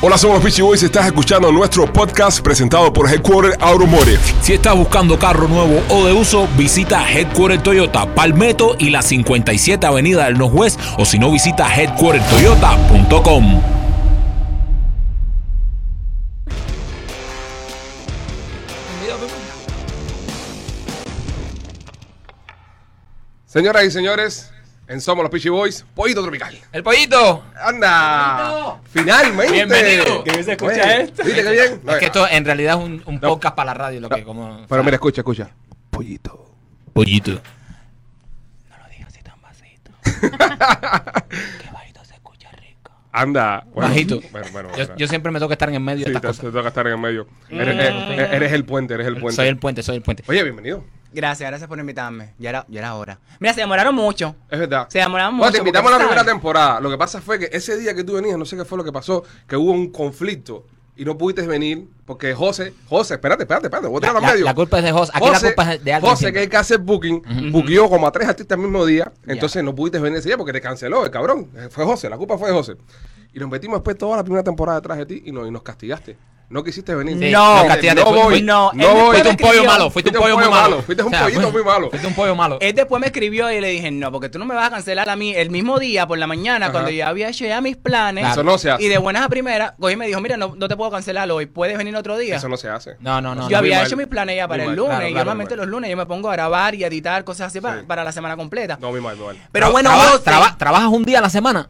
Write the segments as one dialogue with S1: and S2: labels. S1: Hola, somos los Peachy Boys. Estás escuchando nuestro podcast presentado por Headquarter Automotive.
S2: Si estás buscando carro nuevo o de uso, visita Headquarter Toyota Palmetto y la 57 Avenida del Northwest o si no, visita headquartertoyota.com.
S1: Señoras y señores, en Somos los Peachy Boys, Pollito Tropical.
S3: El pollito.
S1: anda. Finalmente.
S3: Bienvenido.
S4: Que se escucha
S1: Oye,
S4: esto.
S1: ¿Viste qué bien?
S3: Es Este, que esto en realidad es un, un podcast para la radio, lo que como.
S1: Pero mira, escucha, escucha. Pollito.
S2: Pollito.
S3: No lo digas así tan bajito. que bajito se escucha rico.
S1: Anda. bueno,
S3: Bajito.
S1: Bueno, bueno,
S3: Yo,
S1: bueno.
S3: yo siempre me toca estar en el medio
S1: Sí,
S3: de
S1: te,
S3: estas
S1: te
S3: cosas.
S1: toca estar en el medio. Eres, eres- eres el puente, eres el puente.
S3: Soy el puente, soy el puente.
S1: Oye, bienvenido.
S4: Gracias, gracias por invitarme. Ya era, ya era hora. Mira, se demoraron mucho.
S1: Es verdad.
S4: Se demoraron
S1: Bueno,
S4: mucho.
S1: te invitamos a la
S4: porque,
S1: primera
S4: ¿sabes?
S1: temporada. Lo que pasa fue que ese día que tú venías, no sé qué fue lo que pasó, que hubo un conflicto y no pudiste venir porque José, José, espérate, espérate, espérate, voy a
S3: La,
S1: tirar al
S3: la-
S1: medio.
S3: la culpa es de José. Aquí
S1: José-
S3: la culpa es de alguien.
S1: José, que
S3: siempre.
S1: hay que hacer booking, bookió como a tres artistas el mismo día,
S4: Ya.
S1: entonces no pudiste venir ese día porque te canceló el cabrón. Fue José, la culpa fue de José. Y nos metimos después toda la primera temporada detrás de ti y, no- y nos castigaste. No quisiste venir.
S3: Sí,
S4: No,
S1: Dijiste,
S3: castigaste.
S1: no
S3: Fui-
S1: voy,
S3: fui-
S1: no,
S4: no, él
S1: voy.
S4: después
S3: Fuiste un
S4: escribió.
S3: pollo malo, fuiste un pollo muy malo.
S1: Fuiste un pollito muy malo. Eh,
S3: Fuiste un pollo malo.
S4: Él después me escribió y le dije, no, porque tú no me vas a cancelar a mí el mismo día por la mañana
S1: Ajá.
S4: cuando yo había hecho ya mis planes.
S1: Eso no se hace.
S4: Y de buenas a primeras, cogí y me dijo, mira, no, no te puedo cancelar hoy, puedes venir otro día.
S1: Eso no se hace.
S3: No, no, no.
S4: yo
S3: no.
S4: había
S1: mal,
S4: hecho mis planes ya para
S1: muy mal.
S4: el lunes.
S3: Claro,
S4: y
S3: claro,
S4: normalmente
S1: muy mal.
S4: los lunes yo me pongo a grabar y a editar cosas así para,
S1: Sí.
S4: para la semana completa.
S1: No, mi mal, mi mal.
S4: Pero
S3: Tra-
S4: bueno,
S3: traba-
S4: José,
S3: traba- ¿Trabajas un día a la semana?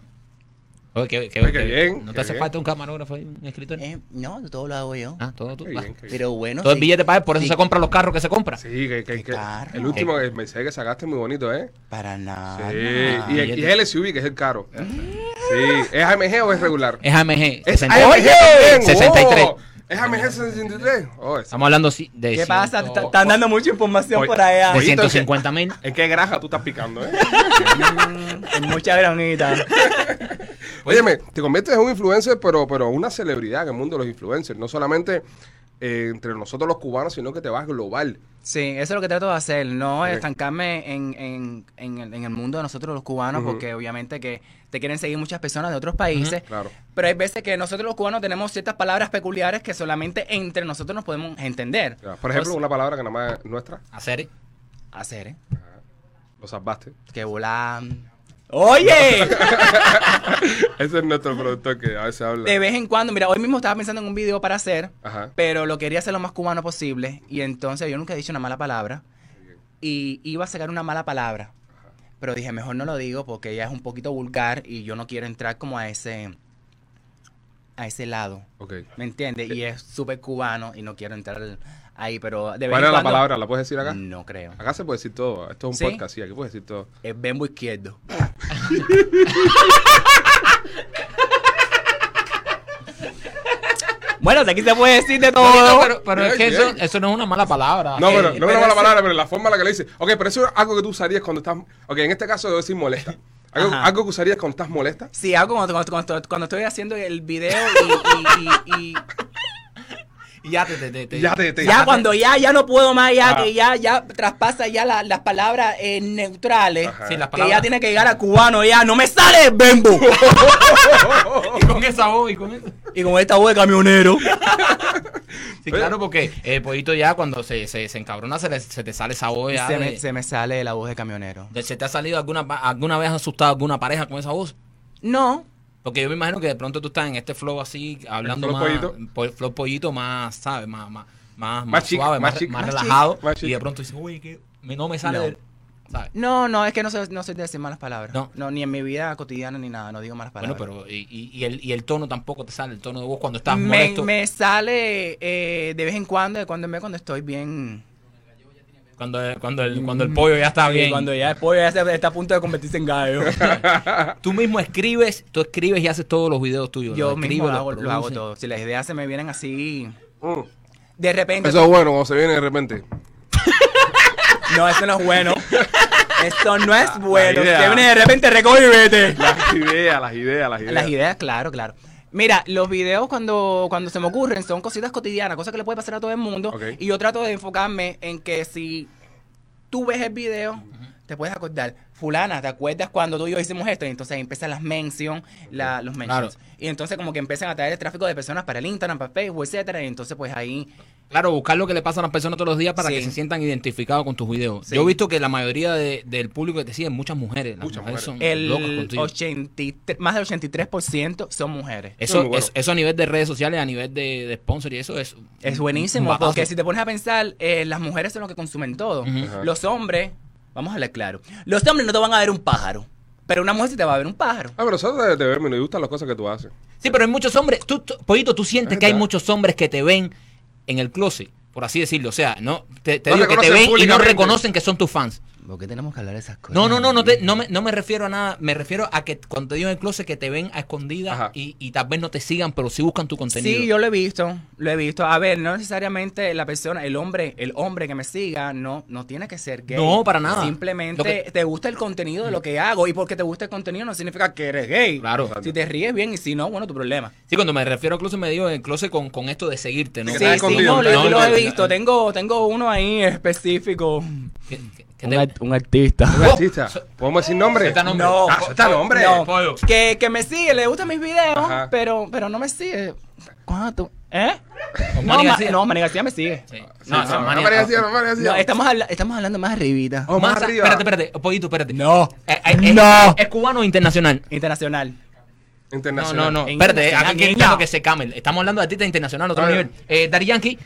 S3: Oye, qué,
S1: Oye, qué bien,
S3: ¿No
S1: qué
S3: te hace
S1: bien.
S3: falta un camarógrafo y un escritor?
S4: eh, no, todo lo hago yo.
S3: Ah, todo tú.
S1: Qué
S3: va.
S1: bien, qué bien.
S4: Pero bueno,
S3: Todo el
S4: sí.
S3: billete para él, por eso
S4: Sí.
S3: se compran los carros que se compran.
S1: Sí, que, que, que-
S4: carro.
S1: el último que me que sacaste es muy bonito, ¿eh?
S4: Para nada.
S1: Sí. y, el, y es el SUV, que es el caro. Sí. ¿Es AMG o es regular?
S3: Es AMG.
S1: Es
S3: 60.
S1: AMG también.
S3: 63.
S1: wow. ¿Es AMG 63? Oh, es-
S3: Estamos hablando sí, de.
S4: ¿Qué pasa?
S3: ciento-
S4: Está- Están dando mucha información
S1: Oye,
S4: por ah. allá.
S3: De
S1: Oye, entonces-
S3: 150 mil.
S1: ¿En qué graja tú estás picando, eh?
S4: Es mucha granita.
S1: Óyeme, te conviertes en un influencer, pero, pero una celebridad en el mundo de los influencers. No solamente eh, entre nosotros los cubanos, sino que te vas global.
S4: Sí, eso es lo que trato de hacer, no
S1: Ok.
S4: estancarme en, en, en, el, en el mundo de nosotros los cubanos,
S1: Ujú.
S4: porque obviamente que te quieren seguir muchas personas de otros países,
S1: Claro.
S4: pero hay veces que nosotros los cubanos tenemos ciertas palabras peculiares que solamente entre nosotros nos podemos entender.
S1: Ya, Por ejemplo,
S4: Entonces,
S1: una palabra que nada más es nuestra.
S3: Hacer.
S4: hacer, ¿eh?
S1: Lo salvaste.
S4: Que volar. Oye,
S1: Ese es nuestro productor que a veces habla.
S4: de vez en cuando, mira, hoy mismo estaba pensando en un video para hacer,
S1: Ajá.
S4: pero lo quería hacer lo más cubano posible. Y entonces yo nunca he dicho una mala palabra. Y iba a sacar una mala palabra. Pero dije, mejor no lo digo porque ya es un poquito vulgar y yo no quiero entrar como a ese a ese lado.
S1: Ok.
S4: ¿Me entiendes? Y es súper cubano y no quiero entrar ahí, pero de vez
S1: ¿Cuál
S4: en
S1: era la
S4: cuando-
S1: palabra? ¿La puedes decir acá?
S4: No creo.
S1: Acá se puede decir todo. Esto es un
S4: ¿Sí?
S1: podcast, sí, aquí puedes decir todo.
S4: Es bembo izquierdo. bueno, de aquí se puede decir de todo.
S3: No, pero, pero es que
S1: Bien,
S3: eso,
S1: bien.
S3: eso no es una mala palabra.
S1: No,
S3: Eh,
S1: pero no es una mala
S4: pero
S1: palabra, pero la forma en la que le dices. Ok, pero eso es algo que tú usarías cuando estás. Ok, en este caso debo decir molesta. Algo,
S4: Ajá.
S1: algo que usarías cuando estás molesta.
S4: Sí, hago cuando, cuando- cuando- cuando estoy haciendo el video y, y- y- y-
S3: Ya te, te, te, te-
S1: Ya te. te-
S4: ya cuando ya ya no puedo más, ya
S1: Ah.
S4: que ya ya traspasa ya la- las palabras eh, neutrales,
S1: Ajá.
S3: Sí, las
S4: que ya
S3: palabras.
S4: tiene que llegar a cubano, ya no me sale bembo.
S3: Y con esa voz y con eso.
S4: y con esta voz de camionero.
S3: Sí, claro, porque el pollito ya cuando se, se, se encabrona se, le- se te sale esa voz ya.
S4: se,
S3: de-
S4: me, se me sale la voz de camionero.
S3: de- ¿Se te ha salido alguna, pa- alguna vez asustado alguna pareja con esa voz?
S4: No,
S3: Porque yo me imagino que de pronto tú estás en este flow así, hablando
S1: flow
S3: más.
S1: pollito.
S3: po- flow pollito más, ¿sabes? Más, más, más,
S1: Más
S3: más
S1: chic,
S3: suave,
S1: más
S3: más,
S1: chic.
S3: más
S1: Más chic,
S3: relajado.
S1: más
S3: y
S1: chic.
S3: de pronto dices, uy, que me- no me sale.
S4: No.
S3: del-", ¿Sabes?
S4: no, no, es que no soy, no soy de decir malas palabras.
S3: No.
S4: No. ni en mi vida cotidiana ni nada, no digo malas palabras.
S3: Bueno, pero y, y- y el, y el tono tampoco te sale, el tono de voz cuando estás
S4: me,
S3: molesto.
S4: me sale eh, de vez en cuando, de cuando en vez, cuando estoy bien.
S3: Cuando, cuando, el, cuando
S4: Mm.
S3: el pollo ya está
S4: Sí,
S3: bien.
S4: Cuando ya después ya se- está a punto de convertirse en gallo.
S3: Tú mismo escribes, tú escribes y haces todos los videos tuyos.
S4: Yo
S3: los
S4: mismo
S3: escribes,
S4: lo
S3: los
S4: hago, lo hago
S3: produces.
S4: todo. Si las ideas se me vienen así,
S1: Mm.
S4: de repente.
S1: Eso es bueno cuando se viene de repente.
S4: No, eso no es bueno. Esto no es bueno.
S1: idea.
S4: Que viene de repente, recoge y vete.
S1: Las ideas, las ideas, las ideas.
S4: Las ideas, claro, claro. Mira, los videos cuando, cuando se me ocurren son cositas cotidianas, cosas que le puede pasar a todo el mundo.
S1: Ok.
S4: Y yo trato de enfocarme en que si tú ves el video, te puedes acordar, fulana, ¿te acuerdas cuando tú y yo hicimos esto? Y entonces ahí empiezan las mentions, la- los mentions. Y entonces como que empiezan a traer el tráfico de personas para el Instagram, para Facebook, etcétera. Y entonces pues ahí,
S3: Claro, buscar lo que le pasa a las personas todos los días para
S4: Sí.
S3: que se sientan identificados con tus videos.
S4: Sí.
S3: Yo he visto que la mayoría de- del público que te sigue, muchas mujeres. Las
S1: Muchas
S3: mujeres, son locas
S4: el
S3: Mm, contigo.
S4: 83, más del 83% son mujeres.
S3: Eso,
S1: Muy bueno.
S3: eso, eso a nivel de redes sociales, a nivel de, de sponsor y eso es.
S4: Es
S3: un
S4: buenísimo,
S3: batazo.
S4: porque si te pones a pensar, eh, las mujeres son los que consumen todo.
S1: Ujú.
S4: Los hombres, vamos a hablar claro, los hombres no te van a ver un pájaro, pero una mujer sí te va a ver un pájaro.
S1: Ah, pero eso te, te verme, me gustan las cosas que tú haces.
S3: Sí, pero hay muchos hombres. Tú, tú- Pollito, tú sientes
S1: Es
S3: que hay
S1: verdad.
S3: muchos hombres que te ven en el closet, por así decirlo. O sea, no te, te
S1: No
S3: digo que te
S1: reconocen
S3: ven y no
S1: públicamente.
S3: reconocen que son tus fans.
S4: ¿Por qué tenemos que hablar de esas
S1: Pues
S4: cosas?
S3: No, no, no, no, te- no, me, no me refiero a nada. Me refiero a que cuando te digo en el closet que te ven a
S1: Ajá.
S3: escondidas y, y tal vez no te sigan, pero sí buscan tu contenido.
S4: Sí, yo lo he visto, lo he visto. A ver, no necesariamente la persona, el hombre, el hombre que me siga, no, no tiene que ser gay.
S3: No, para nada. Lo
S4: Simplemente
S3: que-
S4: te gusta el contenido de lo que hago y porque te gusta el contenido no significa que eres gay.
S3: Claro.
S4: Si te ríes bien y si no, bueno, tu problema.
S3: Sí, cuando me refiero a closet me digo en el closet con, con esto de seguirte, ¿no?
S1: Sí,
S4: Sí,
S1: que está
S4: sí,
S1: escondido,
S4: no,
S1: está
S4: lo, lo he
S1: escondido.
S4: visto. Tengo, tengo uno ahí específico.
S3: Que- que- que
S4: Un,
S3: te-
S4: art- un artista.
S1: ¿Un
S4: Oh,
S1: artista? ¿Podemos decir nombre?
S3: Suelta nombre.
S4: No,
S1: Ah, suelta nombre.
S4: no.
S3: Pollo.
S4: Que, que me sigue, le gustan mis videos,
S1: Ajá.
S4: pero, pero no me sigue. ¿Cuánto? ¿Eh?
S3: Con
S4: No,
S3: Manny
S4: Ma-
S3: García.
S4: no, Manny García me sigue.
S3: Sí.
S1: Sí,
S3: No,
S1: no,
S3: esa
S1: no,
S3: manía-
S1: María García, no, María García.
S4: No, estamos, habla- estamos hablando más arribita.
S1: Oh, más
S3: Masa-
S1: arriba.
S3: Espérate, espérate. Pollito, espérate.
S4: No.
S3: Eh, eh, eh,
S4: No.
S3: ¿Es cubano o internacional?
S4: Internacional.
S3: No,
S1: Internacional.
S3: no, no.
S4: En
S3: Espérate,
S4: internacional,
S3: aquí quiero
S4: niña.
S3: que se camel. Estamos hablando de artistas internacionales, otro
S1: Ah,
S3: nivel. Eh, Daddy Yankee,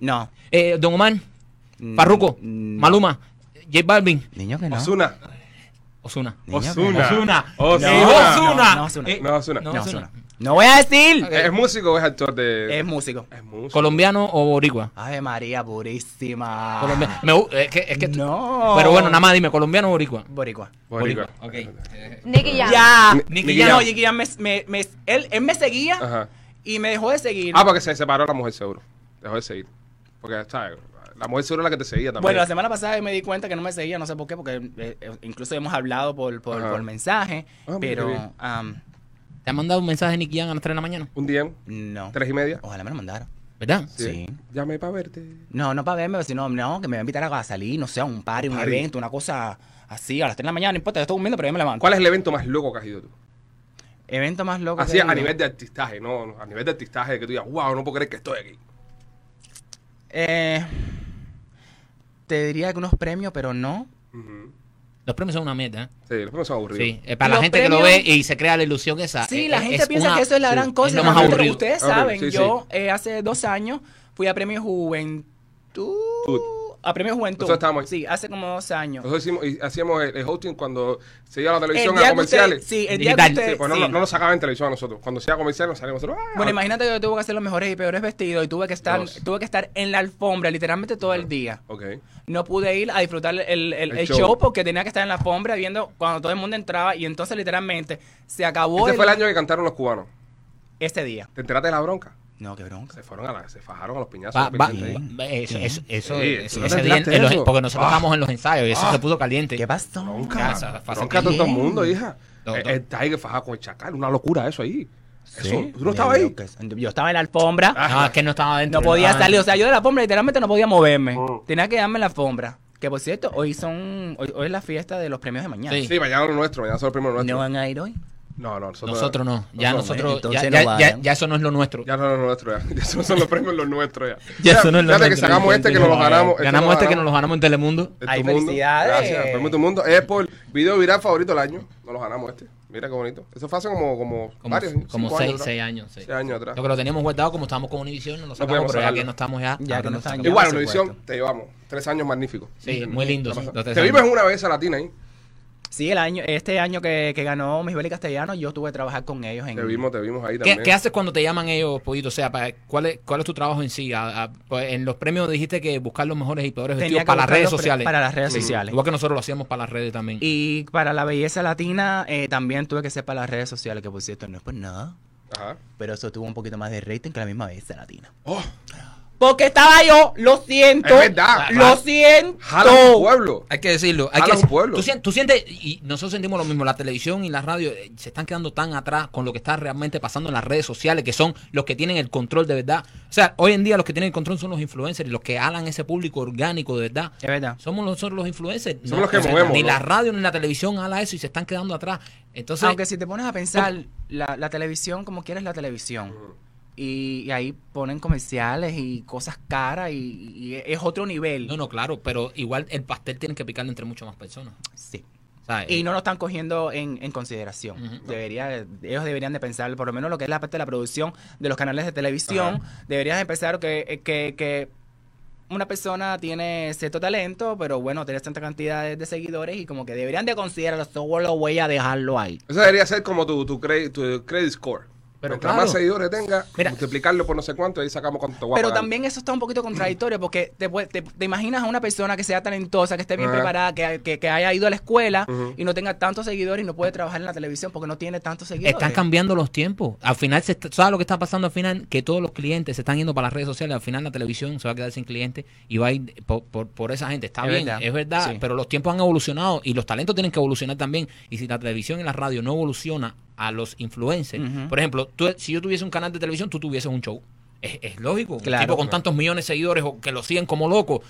S4: No.
S3: eh, Don Omar,
S4: Mm,
S3: Parruco,
S4: mm.
S3: Maluma, J Balvin,
S4: Niño que no.
S1: Osuna.
S3: Osuna.
S4: Niño que
S1: Ozuna.
S4: no.
S3: Ozuna.
S1: Ozuna.
S3: Eh, Ozuna.
S4: No, no, Ozuna.
S3: Eh,
S1: No, Ozuna.
S4: No,
S3: no,
S4: Ozuna.
S3: Ozuna.
S4: No voy a decir.
S3: Ok.
S1: ¿Es músico o es actor de...?
S4: Es músico.
S1: Es músico.
S3: ¿Colombiano o boricua?
S4: Ave María purísima.
S1: Ah.
S3: Colombia- me gu- es que, es que
S4: No.
S3: Pero bueno, nada más dime, ¿colombiano o boricua?
S4: Boricua.
S1: Boricua.
S3: Ok.
S5: Nicky Jam.
S4: Ya.
S1: Ni-
S3: Nicky
S4: Nicky
S3: Jam.
S4: Jam. No, Nicky Jam me, me, me- él, él me seguía
S1: Ajá.
S4: y me dejó de seguir.
S1: Ah, porque se separó la mujer seguro. Dejó de seguir. Porque, ¿sabes? La mujer seguro es la que te seguía también.
S4: Bueno, la semana pasada me di cuenta que no me seguía, no sé por qué, porque eh, eh, incluso hemos hablado por, por,
S1: Ajá.
S4: por mensaje,
S1: Ah, mira, qué bien.
S4: pero am,
S3: ¿Te han mandado un mensaje Nicky Jam a las 3 de la mañana?
S1: Un día,
S4: no.
S1: tres y media.
S4: Ojalá me lo mandaran.
S3: ¿Verdad?
S4: Sí.
S1: Llamé para verte.
S4: No, no para verme, sino no, que me va a invitar a salir, no sé, a un party, un
S1: party.
S4: evento, una cosa así, a las 3 de la mañana, no importa, yo estoy durmiendo, pero yo me levanto.
S1: ¿Cuál es el evento más loco que has ido tú?
S4: Evento más loco.
S1: Así
S4: que he
S1: a
S4: ido.
S1: nivel de artistaje, no, no, a nivel de artistaje que tú digas, wow, no puedo creer que estoy aquí.
S4: Eh, te diría algunos premios, pero no.
S1: Ujú.
S3: Los premios son una mierda, ¿eh?
S1: Sí, los premios son aburridos.
S3: Sí, eh, para la
S4: Los
S3: gente que lo ve
S4: premios-
S3: y se crea la ilusión esa.
S4: Sí,
S3: eh,
S4: la
S3: eh,
S4: gente piensa
S3: una-
S4: que eso es la gran cosa.
S3: es lo más
S4: realmente,
S3: aburrido.
S4: Ustedes
S1: Aburrido,
S4: saben,
S1: sí, sí.
S4: yo eh, hace dos años fui a Premio Juventud. A Premio Juventud.
S1: Nosotros estábamos ahí.
S4: Sí, hace como dos años.
S1: Nosotros hicimos, y hacíamos el, el hosting cuando se iba a la televisión
S4: El día
S1: a
S4: que
S1: comerciales.
S4: usted- sí, el
S3: Digital.
S4: día que usted-
S1: Sí, pues no,
S4: sí.
S1: no, no nos sacaban en televisión a nosotros. Cuando se iba a comerciales nos salíamos nosotros. ¡ah!
S4: Bueno, imagínate que yo tuve que hacer los mejores y peores vestidos y tuve que estar,
S1: Dios.
S4: tuve que estar en la alfombra literalmente todo el día.
S1: Ok.
S4: No pude ir a disfrutar el, el- el
S1: El
S4: show.
S1: show.
S4: porque tenía que estar en la alfombra viendo cuando todo el mundo entraba y entonces literalmente se acabó
S1: Este
S4: el-
S1: fue el año que cantaron los cubanos.
S4: ese día.
S1: ¿Te enteraste de la bronca?
S4: No, qué bronca.
S1: Se fueron a la, se fajaron a los piñazos.
S3: Va-
S1: los
S3: va-
S1: pendientes ahí.
S3: va- eso, eso, eso,
S1: Sí,
S3: eso-
S1: ¿no te
S3: ese día
S1: enteraste
S3: en los-
S1: de eso?
S3: porque nosotros
S1: Ah.
S3: estábamos en los ensayos y eso se puso caliente.
S4: ¿Qué pasó?
S1: Bronca.
S3: Casa, pasa
S1: bronca a todo el
S3: bien.
S1: mundo, hija.
S3: No,
S1: el,
S3: no.
S1: el Tiger fajado con el chacal, una locura eso ahí.
S4: Sí,
S1: Eso, ¿Tú no
S4: me
S1: estabas
S4: dio
S1: ahí?
S4: que- Yo estaba en la alfombra.
S3: No, es que no estaba adentro.
S4: No podía
S3: estaba
S4: salir, o sea, yo de la alfombra literalmente no podía moverme.
S1: Mm.
S4: Tenía que darme en la alfombra. Que por cierto, hoy son hoy, hoy es la fiesta de los premios de mañana.
S3: Sí.
S1: Sí, mañana lo nuestro, mañana son los primeros
S4: ¿No
S1: nuestros.
S4: van a ir hoy?
S1: No, no, nosotros,
S3: Nosotros no. Ya nosotros,
S4: entonces
S3: ya,
S4: no
S3: ya-
S4: vayan.
S3: ya- ya eso no es lo nuestro.
S1: Ya no, no, nuestro, ya. Ya son, son los premios los nuestros, ya.
S3: Ya eso no es lo
S1: Fíjate que
S3: nuestro,
S1: sacamos este que nos lo ganamos. este
S3: Ganamos este que nos lo ganamos en Telemundo.
S1: Es
S4: Ay,
S1: tu mundo.
S4: felicidades.
S1: Gracias, el premio Tu Mundo. Es por video viral favorito del año. Nos lo ganamos este. Mira qué bonito. Eso fue hace como, como,
S3: Como,
S1: varios,
S3: como
S1: cinco
S3: seis,
S1: atrás.
S3: seis años. sí.
S1: Seis años atrás.
S3: Lo que lo teníamos guardado, como estábamos con Univision, no lo sacamos,
S1: podíamos
S3: pero ya
S1: sacarlo.
S3: que no estamos ya.
S4: Ya
S3: ahora
S4: que no
S3: lo
S4: están,
S3: sacamos.
S4: ya.
S1: Igual,
S4: por
S1: Univisión,
S4: supuesto.
S1: te llevamos. Tres años magníficos.
S3: Sí, muy lindo. sí, los tres
S1: Te
S3: años.
S1: vimos en una vez a Latina ahí.
S4: Sí, el año, este año que, que ganó Misbel y Castellano, yo tuve que trabajar con ellos en.
S1: Te vimos, te vimos ahí
S3: ¿Qué,
S1: también.
S3: qué haces cuando te llaman ellos, Pollito? O sea, para- ¿cuál, es, ¿cuál es tu trabajo en sí? A- a- pues, en los premios dijiste que buscar los mejores y peores
S4: Tenía
S3: vestidos
S4: que
S3: para las
S4: buscar
S3: redes
S4: los pre-
S3: sociales.
S4: Para las redes sociales.
S3: Igual que nosotros lo hacíamos para las redes también.
S4: Y para la belleza latina eh, también tuve que ser para las redes sociales, que por cierto no es por nada.
S1: Ajá.
S4: Pero eso tuvo un poquito más de rating que la misma belleza latina.
S1: Oh,
S4: Porque estaba yo, lo siento.
S1: Es verdad.
S4: Lo siento.
S1: Jala al pueblo.
S3: Hay que decirlo. Hay
S1: Jala
S3: que,
S1: un pueblo.
S3: Tú, sien- tú sientes, y nosotros sentimos lo mismo, la televisión y la radio eh, se están quedando tan atrás con lo que está realmente pasando en las redes sociales, que son los que tienen el control de verdad. O sea, hoy en día los que tienen el control son los influencers y los que alan ese público orgánico de verdad.
S4: Es verdad.
S3: Somos nosotros los influencers.
S1: Somos los que
S3: o sea,
S1: movemos,
S3: Ni
S1: ¿no?
S3: la radio ni la televisión ala eso y se están quedando atrás. Entonces,
S4: Aunque si te pones a pensar, la, la televisión como quieres la televisión. Y, y ahí ponen comerciales y cosas caras y, y es otro nivel.
S3: no, no, claro, pero igual el pastel tienen que picarlo entre muchas más personas. eh,
S4: Sí.
S3: ¿sabes?
S4: Y no lo están cogiendo en, en consideración.
S3: Ujú.
S4: Debería, ellos deberían de pensar, por lo menos lo que es la parte de la producción de los canales de televisión, deberían de pensar que, que, que una persona tiene cierto talento, pero bueno, tiene tanta cantidad de, de seguidores y como que deberían de considerarlo, solo lo voy a dejarlo ahí.
S1: Eso debería ser como tu, tu, cre- tu credit score.
S3: Pero
S1: Mientras
S3: claro.
S1: más seguidores tenga,
S3: Mira.
S1: multiplicarlo por no sé cuánto y ahí sacamos cuánto te voy a
S4: Pero
S1: pagar.
S4: también eso está un poquito contradictorio porque te, pue- te- te imaginas a una persona que sea talentosa, que esté bien
S1: Ajá.
S4: preparada, que, que- que haya ido a la escuela
S1: Ujú.
S4: y no tenga tantos seguidores y no puede trabajar en la televisión porque no tiene tantos seguidores.
S3: Están cambiando los tiempos. Al final, se está- ¿sabes lo que está pasando al final? Que todos los clientes se están yendo para las redes sociales. Al final, la televisión se va a quedar sin clientes y va a ir por, por- por esa gente. Está
S4: Es
S3: bien,
S4: verdad.
S3: es verdad,
S4: Sí.
S3: pero los tiempos han evolucionado y los talentos tienen que evolucionar también. Y si la televisión y la radio no evoluciona a los influencers,
S4: Ujú.
S3: por ejemplo, tú- si yo tuviese un canal de televisión, tú tuvieses un show. Es, es lógico.
S4: Claro.
S3: un tipo con tantos millones de seguidores o que lo siguen como loco,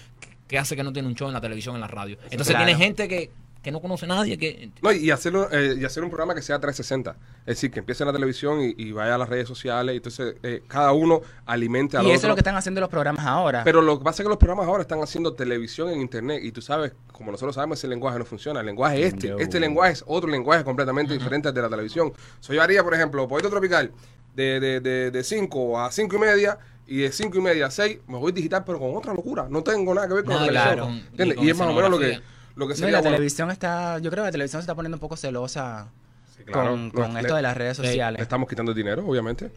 S3: que hace que no tiene un show en la televisión, en la radio. Entonces,
S4: Claro.
S3: tiene gente que, que no conoce a nadie, que
S1: No, y, hacer un, eh, y hacer un programa que sea 360. Es decir, que empiece en la televisión y, y vaya a las redes sociales. Y entonces, eh, cada uno alimente al
S4: Y
S1: otro.
S4: eso es lo que están haciendo los programas ahora.
S1: Pero lo que pasa es que los programas ahora están haciendo televisión en internet y tú sabes, como nosotros sabemos, ese lenguaje no funciona. El lenguaje es este.
S4: No.
S1: Este lenguaje es otro lenguaje completamente diferente al de la televisión. So, yo haría, por ejemplo, Poeta Tropical de 5 de, de, cinco a 5 y media y de 5 y media a 6 me voy digital, pero con otra locura. No tengo nada que ver con
S3: No,
S1: la
S3: claro,
S1: televisión.
S3: con-
S1: ¿Entiendes?
S3: y con
S1: Y es más o menos lo que,
S3: escenografía.
S1: lo que
S4: No, y
S1: sería...
S4: la
S1: bueno,
S4: televisión está, yo creo que la televisión se está poniendo un poco celosa
S1: sí, claro,
S4: con,
S1: no,
S4: con
S1: le-
S4: esto de las redes
S3: le-
S1: Le
S4: sociales.
S1: estamos quitando dinero, obviamente.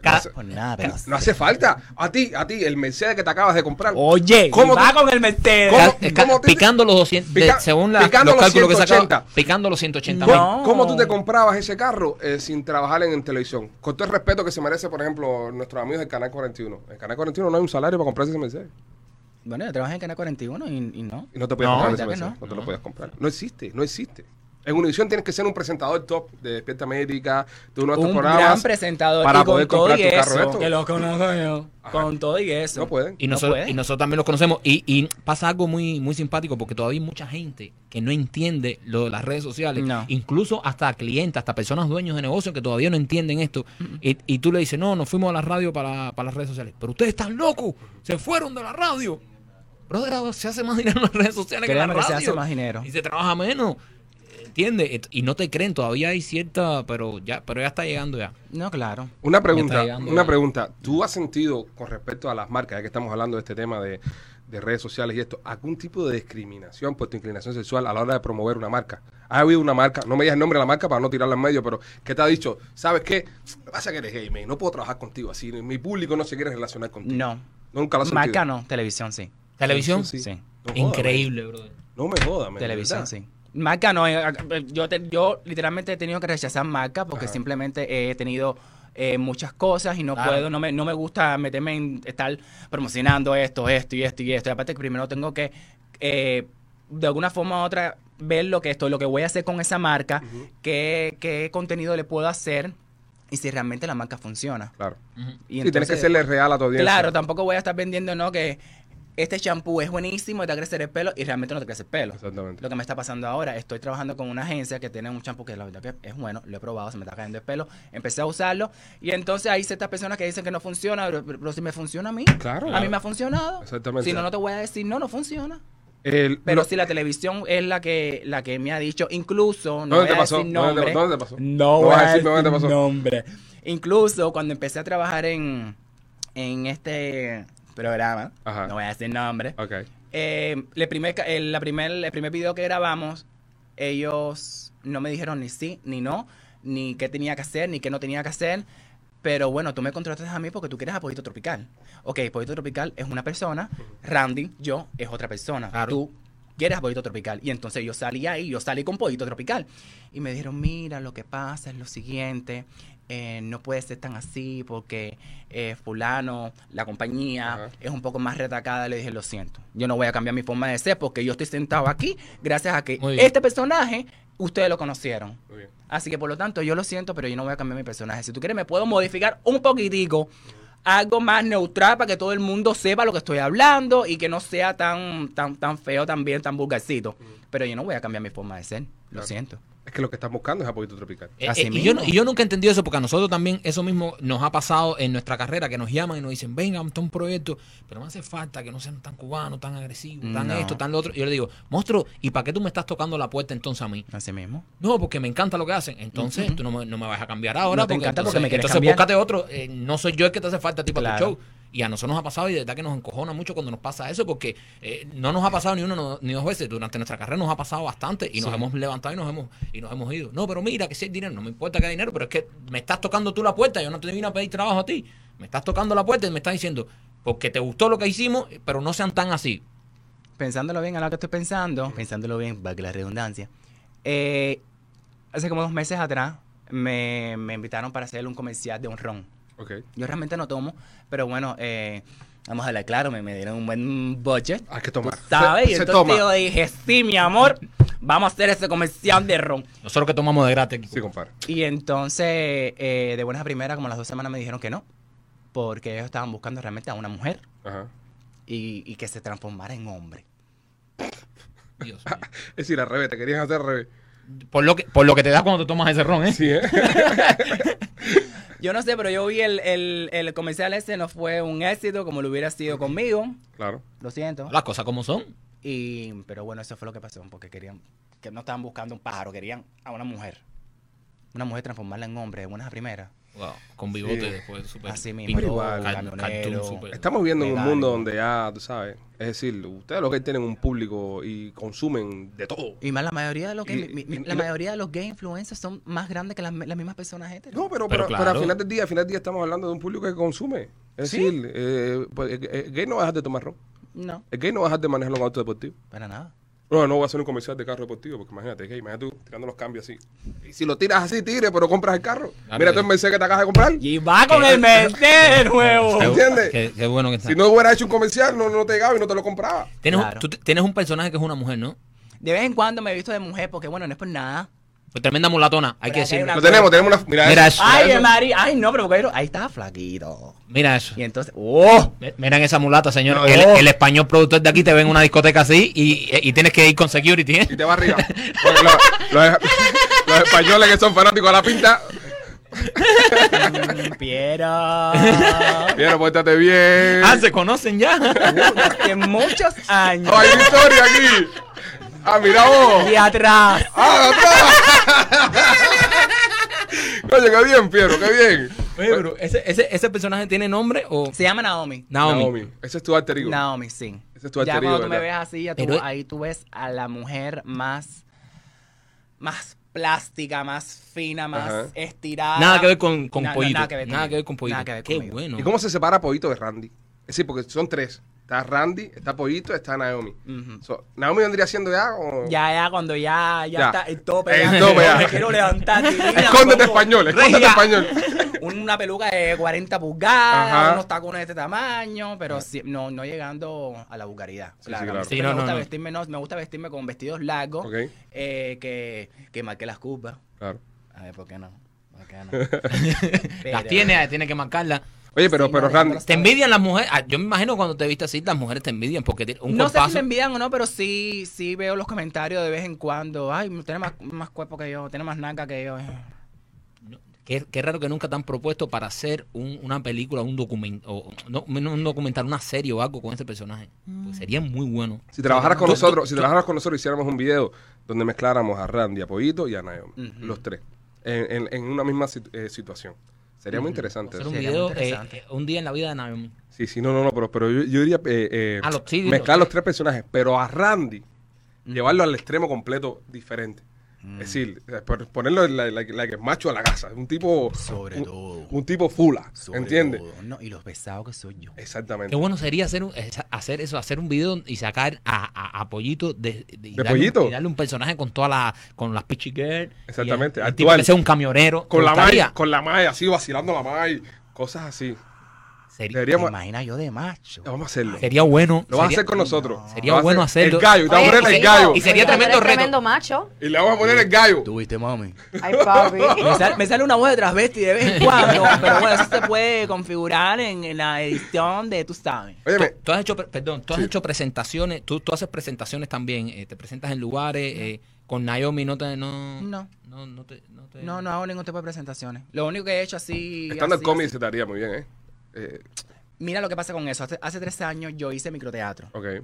S3: Ca-
S1: No hace,
S4: Pues nada, pero...
S1: no hace falta. A ti, a ti, el Mercedes que te acabas de comprar.
S4: Oye,
S1: ¿Cómo
S4: ¿cómo va
S1: tú-
S4: con el Mercedes?
S1: ¿Cómo-
S3: Ca- eh, ca-
S1: cómo te-
S3: picando los 200, de-
S1: Pica-
S3: según la- los
S1: picando los
S3: cálculos que
S1: 180.
S3: sacaba, picando los 180
S4: No.
S3: mil.
S1: ¿Cómo, cómo tú te comprabas ese carro eh, sin trabajar en, en televisión? Con todo el respeto que se merece, por ejemplo, nuestros amigos del Canal 41. En Canal 41 no hay un salario para comprarse ese Mercedes.
S4: Bueno, yo trabajé en Canal 41 y, y no.
S1: Y no te podías
S4: No,
S1: comprar
S4: ya
S1: ese
S4: que
S1: Mercedes. No.
S4: no.
S1: te lo podías comprar. No existe, no existe. En Univisión tienes que ser un presentador top de Despierta América, de uno de estos
S4: Un
S1: programas.
S4: gran presentador
S1: para
S4: y con
S1: poder
S4: todo
S1: comprar
S4: y
S1: tu carro
S4: eso.
S1: esto.
S4: Que lo conozco yo.
S1: Ajá.
S4: Con todo y eso.
S1: No pueden.
S3: Y
S4: No
S3: nosotros,
S4: puede.
S3: y nosotros también los conocemos. Y, y pasa algo muy, muy simpático porque todavía hay mucha gente que no entiende lo de las redes sociales.
S4: No.
S3: Incluso hasta clientes, hasta personas dueños de negocios que todavía no entienden esto. Y, y tú le dices, no, nos fuimos a la radio para, para las redes sociales. Pero ustedes están locos, se fueron de la radio. Brother, se hace más dinero en las redes sociales que en la
S4: Créeme
S3: radio.
S4: que se hace más dinero.
S3: Y se trabaja menos. ¿Entiendes? Y no te creen, todavía hay cierta, pero ya, pero ya está llegando ya.
S4: No, claro.
S1: Una
S3: está
S1: pregunta,
S3: llegando, eh.
S1: una
S3: ¿no?
S1: pregunta. ¿Tú has sentido con respecto a las marcas, ya que estamos hablando de este tema de, de redes sociales y esto, algún tipo de discriminación por tu inclinación sexual a la hora de promover una marca? ¿Ha habido una marca, no me digas el nombre de la marca para no tirarla en medio, pero que te ha dicho, ¿sabes qué? Lo que pasa es que eres gay, man, no puedo trabajar contigo así, mi público no se quiere relacionar contigo.
S4: No.
S1: Nunca lo has sentido.
S4: Marca no, televisión sí.
S3: Televisión,
S1: Sí.
S4: Sí.
S1: No jodas,
S3: increíble,
S4: pues.
S3: brother.
S1: man. No me jodas, man, de
S4: Televisión,
S1: verdad.
S4: sí. Marca no, eh, eh, yo, te- yo literalmente he tenido que rechazar marca porque
S1: Ajá.
S4: simplemente he tenido eh, muchas cosas y no
S3: Claro.
S4: puedo, no me, no me gusta meterme en estar promocionando esto, esto y esto y esto. Y aparte que primero tengo que, eh, de alguna forma u otra, ver lo que estoy, lo que voy a hacer con esa marca, qué, qué contenido le puedo hacer y si realmente la marca funciona.
S1: Claro.
S3: Ujú.
S4: Y
S1: sí, tienes que
S4: entonces-
S1: serle real a tu audiencia.
S4: Claro, tampoco voy a estar vendiendo, ¿no? Que este shampoo es buenísimo, y te va a crecer el pelo y realmente no te crece el pelo.
S1: Exactamente.
S4: Lo que me está pasando ahora, estoy trabajando con una agencia que tiene un shampoo que la verdad que es bueno, lo he probado, se me está cayendo el pelo, empecé a usarlo y entonces hay ciertas personas que dicen que no funciona, pero, pero si me funciona a mí,
S1: Claro.
S4: a mí me ha funcionado.
S1: Exactamente.
S4: Si no, no te voy a decir, no, no funciona.
S1: El-
S4: Pero
S1: lo-
S4: si la televisión es la que la que me ha dicho, incluso, no voy
S1: ¿Dónde
S4: a
S1: te pasó?
S4: decir
S1: ¿Dónde
S4: nombre,
S1: te, dónde te pasó? vas
S4: no voy
S1: a
S4: a decir
S1: decirme dónde te pasó.
S4: nombre. Incluso cuando empecé a trabajar en, en este programa,
S1: Ajá.
S4: no voy a decir nombre,
S1: Ok.
S4: eh, el, primer, ca- el- la primer, el primer video que grabamos, ellos no me dijeron ni sí, ni no, ni qué tenía que hacer, ni qué no tenía que hacer. Pero bueno, tú me contratas a mí porque tú quieres a Poquito Tropical. Ok, Poquito Tropical es una persona, Randy, yo, es otra persona.
S3: Claro.
S4: Tú quieres a Poquito Tropical. Y entonces yo salí ahí, yo salí con Poquito Tropical. Y me dijeron, mira, lo que pasa es lo siguiente, eh, no puede ser tan así porque eh, fulano, la compañía
S1: Ajá.
S4: es un poco más retacada. Le dije, lo siento, yo no voy a cambiar mi forma de ser porque yo estoy sentado aquí gracias a que
S3: Muy bien.
S4: este personaje ustedes lo conocieron.
S1: Muy bien.
S4: Así que por lo tanto, yo lo siento, pero yo no voy a cambiar mi personaje. Si tú quieres, me puedo modificar un poquitico. Algo más neutral para que todo el mundo sepa lo que estoy hablando y que no sea tan, tan, tan feo, tan bien, tan vulgarcito. Pero yo no voy a cambiar mi forma de ser. Lo
S1: Claro.
S4: siento.
S1: Es que lo que están buscando es apoyito tropical.
S3: Eh,
S4: Así
S3: eh, y, yo, no-
S4: mismo.
S3: y yo nunca entendí eso porque a nosotros también eso mismo nos ha pasado en nuestra carrera, que nos llaman y nos dicen, venga, monta un proyecto, pero me hace falta que no sean tan cubanos, tan agresivos, tan
S4: No.
S3: esto, tan lo otro. Y yo le digo, monstruo, ¿y para qué tú me estás tocando la puerta entonces a mí?
S4: Así mismo.
S3: No, porque me encanta lo que hacen. Entonces,
S4: Ujú.
S3: tú no me, no me vas a cambiar ahora.
S4: No te encanta porque
S3: entonces,
S4: me quieres
S3: entonces
S4: cambiar.
S3: búscate otro. Eh, no soy yo el que te hace falta a ti para tu
S4: Claro.
S3: show. Y a nosotros nos ha pasado y de verdad que nos encojona mucho cuando nos pasa eso porque eh, no nos ha pasado ni uno no- ni dos veces. Durante nuestra carrera nos ha pasado bastante y nos
S4: Sí.
S3: hemos levantado y nos hemos y nos hemos ido. No, pero mira que si hay dinero, no me importa que hay dinero, pero es que me estás tocando tú la puerta, yo no te vine a pedir trabajo a ti. Me estás tocando la puerta y me estás diciendo, porque te gustó lo que hicimos, pero no sean tan así.
S4: Pensándolo bien a lo que estoy pensando, pensándolo bien, va que la redundancia. eh, hace como dos meses atrás me, me invitaron para hacer un comercial de un ron.
S1: Ok.
S4: Yo realmente no tomo, pero bueno, eh, vamos a hablar claro, me, me dieron un buen budget.
S1: Hay que tomar.
S4: ¿Sabes?
S1: Se-
S4: Y
S1: se
S4: entonces
S1: toma.
S4: yo dije, sí, mi amor, vamos a hacer ese comercial de ron.
S3: Nosotros que tomamos de gratis.
S1: Sí, compadre.
S4: Y entonces, eh, de buenas a primeras, como a las dos semanas me dijeron que no, porque ellos estaban buscando realmente a una mujer
S1: Ajá.
S4: y, y que se transformara en hombre.
S3: Dios mío.
S1: Es decir, al revés, te querían hacer al revés.
S3: Por lo, que, por lo que te das cuando te tomas ese ron, ¿eh?
S1: Sí, ¿eh?
S4: Yo no sé, pero yo vi el, el, el comercial ese, no fue un éxito como lo hubiera sido conmigo.
S1: claro.
S4: Lo siento.
S3: Las cosas como son.
S4: Y, pero bueno, eso fue lo que pasó, porque querían, que no estaban buscando un pájaro, querían a una mujer. Una mujer transformarla en hombre de buenas a primeras.
S3: Wow, con bigote
S1: Sí.
S3: después, súper.
S4: Así mismo,
S3: pinto,
S1: Pero igual,
S3: car-
S4: camionero.
S3: cartoon, súper.
S1: Estamos viviendo en un
S4: Vegano.
S1: mundo donde ya, tú sabes, es decir, ustedes lo que tienen un público y consumen de todo.
S4: Y más la mayoría de los gay,
S1: Y-
S4: mi- mi-
S1: y-
S4: la
S1: y no-
S4: mayoría de los gay influencers son más grandes que las, las mismas personas hetero.
S1: No, pero,
S3: Pero
S1: pero,
S3: claro.
S1: pero al final del día, al final del día estamos hablando de un público que consume. Es decir, eh, pues, el- el gay no va a dejar de tomar ron.
S4: No,
S1: El gay no va a dejar de manejar los autos deportivos.
S4: para nada.
S1: No, no voy a hacer un comercial de carro deportivo, porque imagínate, gay, imagínate tú tirando los cambios así. Y si lo tiras así, tigre, pero compras el carro.
S3: Claro.
S1: Mira tú el Mercedes que te acabas de comprar.
S4: Y va con el Mercedes nuevo.
S3: Qué-
S1: ¿Entiendes?
S3: Qué, qué bueno que está.
S1: Si no hubiera hecho un comercial, no, no te llegaba y no te lo compraba.
S3: tienes, un-
S4: Claro.
S3: tú te- tienes un personaje que es una mujer, ¿no?
S4: De vez en cuando me he visto de mujer, porque bueno, no es por nada.
S3: Pues tremenda mulatona, hay
S4: Pero
S3: que
S4: acá hay
S3: decirlo.
S4: una-
S1: Lo tenemos, tenemos una... Mira,
S3: Mira
S1: eso.
S3: eso.
S4: Ay, María, ay, no, pero porque ahí estaba flaquito.
S3: Mira eso.
S4: Y entonces, ¡oh!
S3: Mi- Miren esa mulata, señor.
S4: No,
S3: el,
S4: no.
S3: el español productor de aquí te ve en una discoteca así y, y tienes que ir con security, ¿eh?
S1: Y te va arriba. Porque los, los- los españoles que son fanáticos de la pinta,
S4: mm, Piero.
S1: mira, pórtate bien.
S3: Ah, se conocen ya.
S4: Hace muchos
S1: ¡Ay,
S4: años.
S1: Oh, historia aquí! ¡Ah, mira vos!
S4: Y atrás.
S1: ¡Ah, atrás! Oye, qué bien, Piero, qué bien.
S3: Oye, pero ¿ese, ese, ese personaje tiene nombre o...?
S4: Se llama Naomi.
S3: Naomi.
S1: Ese es tu alter ego.
S4: Naomi, sí.
S1: Ese es tu
S4: ya
S1: alter ego,
S4: cuando tú me ves
S1: ¿verdad?
S4: así, ya tú-
S3: Pero-
S4: ahí tú ves a la mujer más, más plástica, más fina, más
S1: Ajá.
S4: estirada.
S3: Nada que ver con, con
S4: Ah, Na- na-
S3: Pollito.
S4: Nada que ver,
S3: Nada que ver con Pollito.
S4: Nada que ver
S3: Qué
S4: conmigo.
S3: bueno.
S1: ¿Y cómo se separa Pollito de Randy? Es decir, porque son tres. Está Randy, está Pollito, está Naomi.
S3: Mm.
S4: Ujú.
S1: So, Naomi vendría siendo ya o...
S4: Ya, ya, cuando ya, ya,
S1: Ya.
S4: está el tope.
S1: El
S4: ya,
S1: tope, ya.
S4: Me quiero levantar. divina,
S1: Escóndete
S4: pongo
S1: español, escóndete
S4: regia,
S1: español.
S4: Una peluca de 40 pulgadas,
S1: Ajá.
S4: unos tacones de este tamaño, pero sí- no, no llegando a la vulgaridad.
S1: Sí, sí,
S4: claro.
S1: claro.
S3: Sí,
S4: Sí, me,
S3: no,
S4: gusta
S3: no, no.
S4: Vestirme, no, me gusta vestirme con vestidos largos
S1: Ok.
S4: eh, que, que marque las curvas.
S1: Claro.
S4: A ver, ¿por qué no? ¿Por qué no?
S3: Las
S4: Pero-
S3: tiene, tiene que marcarlas.
S1: Oye, pero,
S4: Sí,
S1: pero
S4: no,
S1: Randy...
S4: no
S3: Te envidian las mujeres. Ah, yo me imagino cuando te viste así, las mujeres te envidian porque tiene un
S4: no sé si
S3: cuerpazo.
S4: me envidian o no, pero sí, sí veo los comentarios de vez en cuando. Ay, tiene más, más cuerpo que yo, tiene más naca que yo.
S3: Qué, qué raro que nunca te han propuesto para hacer un- una película, un documental, no, no un documental, una serie o algo con este personaje. Pues sería muy bueno.
S1: Si trabajaras con
S3: Tú-
S1: nosotros,
S3: tú-
S1: si trabajaras con nosotros, hiciéramos un video donde mezcláramos a Randy, a Pollito y a Naomi,
S4: Ujú.
S1: los tres, en, en- en una misma situ- eh, situación. Sería muy interesante.
S3: Hacer un
S4: Sería
S3: video,
S4: muy interesante.
S3: eh, eh, un día en la vida de Naomi.
S1: Sí, sí, no, no, no, pero, pero yo, yo diría eh, eh,
S3: A los tigres,
S1: mezclar
S3: los
S1: los tres personajes, pero a Randy llevarlo al extremo completo diferente.
S3: Mm.
S1: Es decir, eh, por- ponerlo like, like, like el macho a la casa. Un tipo.
S4: Sobre
S1: un,
S4: todo.
S1: Un tipo fula.
S4: Sobre
S1: ¿Entiendes?
S4: todo, No, y los pesados que soy yo.
S1: Exactamente.
S3: Qué bueno sería hacer, un- es- hacer eso, hacer un video y sacar a, a, a Pollito de, y
S1: ¿De
S3: darle,
S1: Pollito?
S3: y darle un personaje con toda la, con las pitchy girl.
S1: Exactamente,
S3: Y el- el tipo
S1: actual.
S3: que sea un camionero.
S1: Con
S3: ¿Te
S1: la
S3: gustaría?
S1: malla, con la malla, así vacilando la malla. Cosas así.
S3: Sería,
S4: ¿Te
S1: Deberíamos.
S4: imaginas yo de macho?
S1: Vamos a hacerlo.
S3: sería bueno.
S1: Lo vas a
S3: sería-
S1: hacer con nosotros.
S3: sería
S1: Lo vas a
S3: bueno
S1: hacer-
S3: hacerlo.
S1: El gallo, te vamos a
S5: Oye,
S1: poner el
S5: sí,
S1: gallo.
S3: Y sería
S5: Tú eres
S3: tremendo reto.
S5: Tremendo macho.
S1: Y le vamos a poner el gallo.
S4: Tuviste, mami.
S5: Ay, papi.
S6: Me sale, me sale una voz de travesti de vez en cuando, pero bueno, eso se puede configurar en, en la edición de Tú sabes.
S1: Óyeme,
S3: Tú has hecho, pre- perdón, tú has
S1: Sí.
S3: hecho presentaciones, tú, tú haces presentaciones también, eh, te presentas en lugares, eh, con Naomi no te, no,
S4: No.
S3: no, no te, no te-
S4: No, no hago ningún tipo de presentaciones. Lo único que he hecho así.
S1: estando en
S4: así,
S1: cómic
S4: así-
S1: se te haría muy bien, ¿eh? eh
S4: Mira lo que pasa con eso. Hace, hace tres años yo hice microteatro.
S1: ok.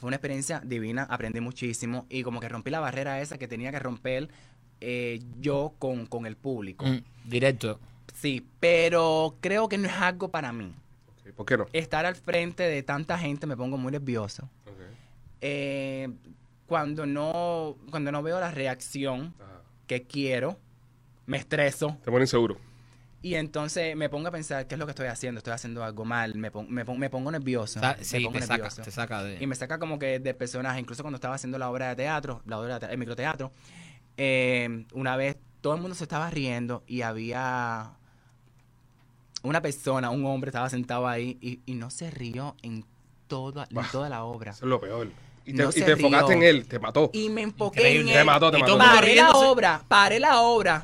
S4: Fue una experiencia divina, aprendí muchísimo y como que rompí la barrera esa que tenía que romper eh, yo con, con el público.
S3: Mm, directo.
S4: Sí, pero creo que no es algo para mí.
S1: Ok, ¿Por qué no?
S4: Estar al frente de tanta gente me pongo muy nervioso.
S1: Ok,
S4: Eh, cuando, no, cuando no veo la reacción
S1: ajá.
S4: que quiero, me estreso.
S1: Te ponen seguro.
S4: Y entonces me pongo a pensar qué es lo que estoy haciendo, estoy haciendo algo mal, me, pon- me, pon- me pongo nervioso.
S3: O sea,
S4: me
S3: sí,
S4: pongo
S3: te saca,
S4: nervioso.
S3: te saca de.
S4: Y me saca como que de personaje, incluso cuando estaba haciendo la obra de teatro, la obra de te- el microteatro, eh, una vez todo el mundo se estaba riendo y había una persona, un hombre estaba sentado ahí y, y no se rió en toda, en
S1: Bah.
S4: toda la obra.
S1: Eso es lo peor. Y te,
S4: No
S1: y
S4: se
S1: te enfocaste en
S4: rió.
S1: él, te mató.
S4: Y me enfoqué
S3: Increíble.
S4: en
S1: Te
S4: él.
S1: mató, te
S3: Y
S1: mató.
S3: todo el mundo
S4: Paré la
S3: riéndose.
S4: obra, paré la obra.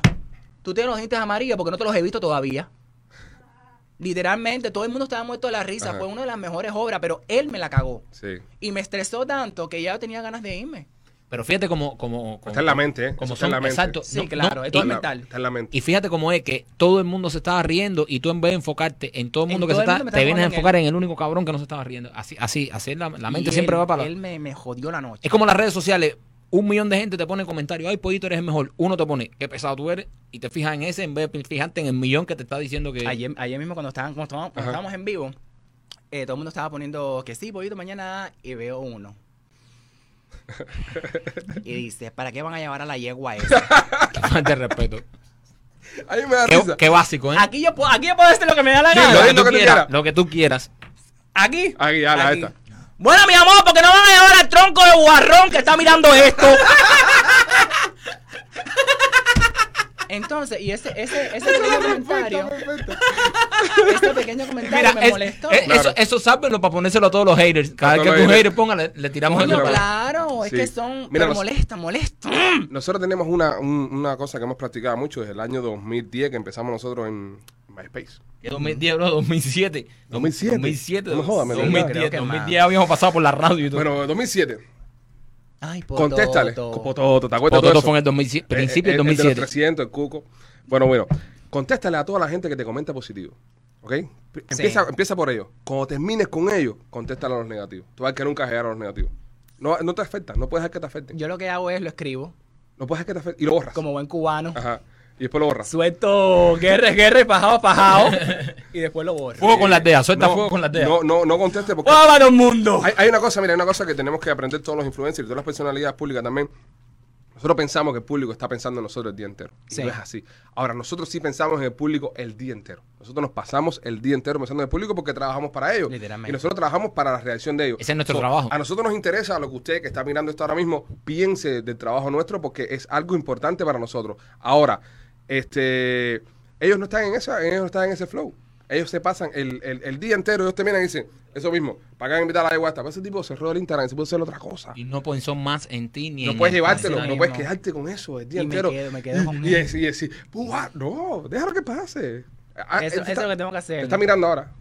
S4: Tú tienes los dientes amarillos porque no te los he visto todavía. Literalmente, todo el mundo estaba muerto de la risa.
S1: Ajá.
S4: Fue una de las mejores obras, pero él me la cagó.
S1: Sí.
S4: Y me estresó tanto que ya tenía ganas de irme.
S3: Pero fíjate como, como, como
S1: Está en la mente, ¿eh?
S3: como
S1: Eso está en
S3: son-
S1: la mente.
S3: exacto.
S4: Sí,
S3: No,
S4: claro,
S3: no,
S4: esto
S1: Está
S3: y-
S4: es
S1: en la-
S4: mental.
S1: Está en la mente.
S3: Y fíjate cómo es que todo el mundo se estaba riendo y tú en vez de enfocarte en todo el
S4: En
S3: mundo que
S4: todo
S3: se
S4: el
S3: está,
S4: mundo me
S3: te
S4: estaba
S3: vienes a
S4: enfocando en
S3: enfocar en el único cabrón que no se estaba riendo. Así, así, así es la, la mente
S4: Y
S3: siempre
S4: él-
S3: va para la.
S4: Él me, me jodió la noche.
S3: Es como las redes sociales. Un millón de gente te pone comentarios, ay, pollito eres el mejor. Uno te pone, qué pesado tú eres, y te fijas en ese en vez de fijarte en el millón que te está diciendo que...
S4: Ayer, ayer mismo cuando, estaban, cuando, estaban- cuando
S1: Ajá.
S4: estábamos en vivo, eh, todo el mundo estaba poniendo que sí, pollito mañana, y veo uno. y dice, ¿para qué van a llevar a la yegua esa?
S3: Qué falta de respeto.
S1: Ahí me da
S3: qué,
S1: risa.
S3: qué básico, ¿eh?
S6: Ah,
S4: Aquí yo, puedo- aquí yo puedo hacer lo que me da la
S1: Sí, lo
S4: gana.
S3: lo, que
S1: digo
S3: tú
S1: que tú
S3: quieras,
S1: quieras.
S3: lo que tú quieras.
S4: Aquí.
S1: Aquí, ya, la
S4: Aquí.
S1: esta.
S6: Bueno, mi amor, porque no van a llevar al tronco de guarrón que está mirando esto.
S4: Entonces, y ese, ese, ese pequeño comentario,
S1: Perfecto.
S4: ese pequeño comentario me
S3: es-
S4: molestó.
S3: es-
S1: Claro.
S3: eso, eso sábenlo para ponérselo a todos los haters. Cada
S1: A
S3: vez que
S1: todos
S3: tu
S1: los haters.
S3: hater ponga, le, le tiramos el
S4: Coño,
S1: Mira,
S3: dedo.
S4: claro, es
S1: Sí.
S4: que son,
S1: Mira,
S4: pero
S1: los-
S4: molesta, molesta.
S1: Nosotros tenemos una, un- una cosa que hemos practicado mucho desde el año 2010 que empezamos nosotros en MySpace.
S3: Que 2010, bro, 2007.
S1: 2007.
S3: 2007.
S1: No jodas, me lo
S3: 2010,
S4: creo que más.
S3: 2010 habíamos pasado por la radio y todo.
S1: Bueno, 2007.
S4: Ay, Pototo.
S1: Contéstale. Pototo, Pues ¿te acuerdas?
S3: Otro
S1: todo eso?
S3: fue en el 2007,
S1: Eh,
S3: principio
S1: eh,
S3: del
S1: el de los
S3: 2007.
S1: 300, el cuco. Bueno, bueno. Contéstale a toda la gente que te comenta positivo. ¿Ok? P- Empieza, empieza por ellos. Cuando termines con ellos, contéstale a los negativos. Tú vas a que nunca llegar a los negativos. No, no te afecta, no puedes dejar que te afecten.
S4: Yo lo que hago es lo escribo,
S1: No puedes dejar que te afecten. Y lo borras.
S4: como buen cubano.
S1: Ajá. Y después lo borras.
S4: Suelto guerra, guerra y pajado, pajado. y después lo borro.
S3: Fuego con las deas, suelta
S1: no,
S3: fuego con las deas.
S1: No, no, no contestes porque.
S6: ¡Vamos a los mundo!
S1: Hay, hay una cosa, mira, hay una cosa que tenemos que aprender todos los influencers y todas las personalidades públicas también. Nosotros pensamos que el público está pensando en nosotros el día entero. Y
S4: Sí.
S1: no es así. Ahora, nosotros sí pensamos en el público el día entero. Nosotros nos pasamos el día entero pensando en el público porque trabajamos para ellos. Y
S4: Literalmente.
S1: nosotros trabajamos para la reacción de ellos.
S3: Ese es nuestro trabajo.
S1: A nosotros nos interesa lo que usted que está mirando esto ahora mismo piense del trabajo nuestro porque es algo importante para nosotros. Ahora, este, ellos no están en esa, ellos no están en ese flow. Ellos se pasan el, el- el día entero, ellos te miran y dicen, eso mismo, para acá invitar a la guasta. Pero ese tipo cerró el Instagram, se puede hacer otra cosa.
S3: Y no pensó más en ti ni
S1: No
S3: en
S1: puedes
S3: el
S1: llevártelo, no
S3: personaje.
S1: puedes quedarte con eso el día
S4: Y me
S1: entero.
S4: quedo, me quedo con
S1: y, y,
S4: él.
S1: y, decir, "Buah, no, déjalo que pase. Ah,
S4: Eso,
S1: él te
S4: eso es lo que tengo que hacer.
S1: Te está mirando ahora.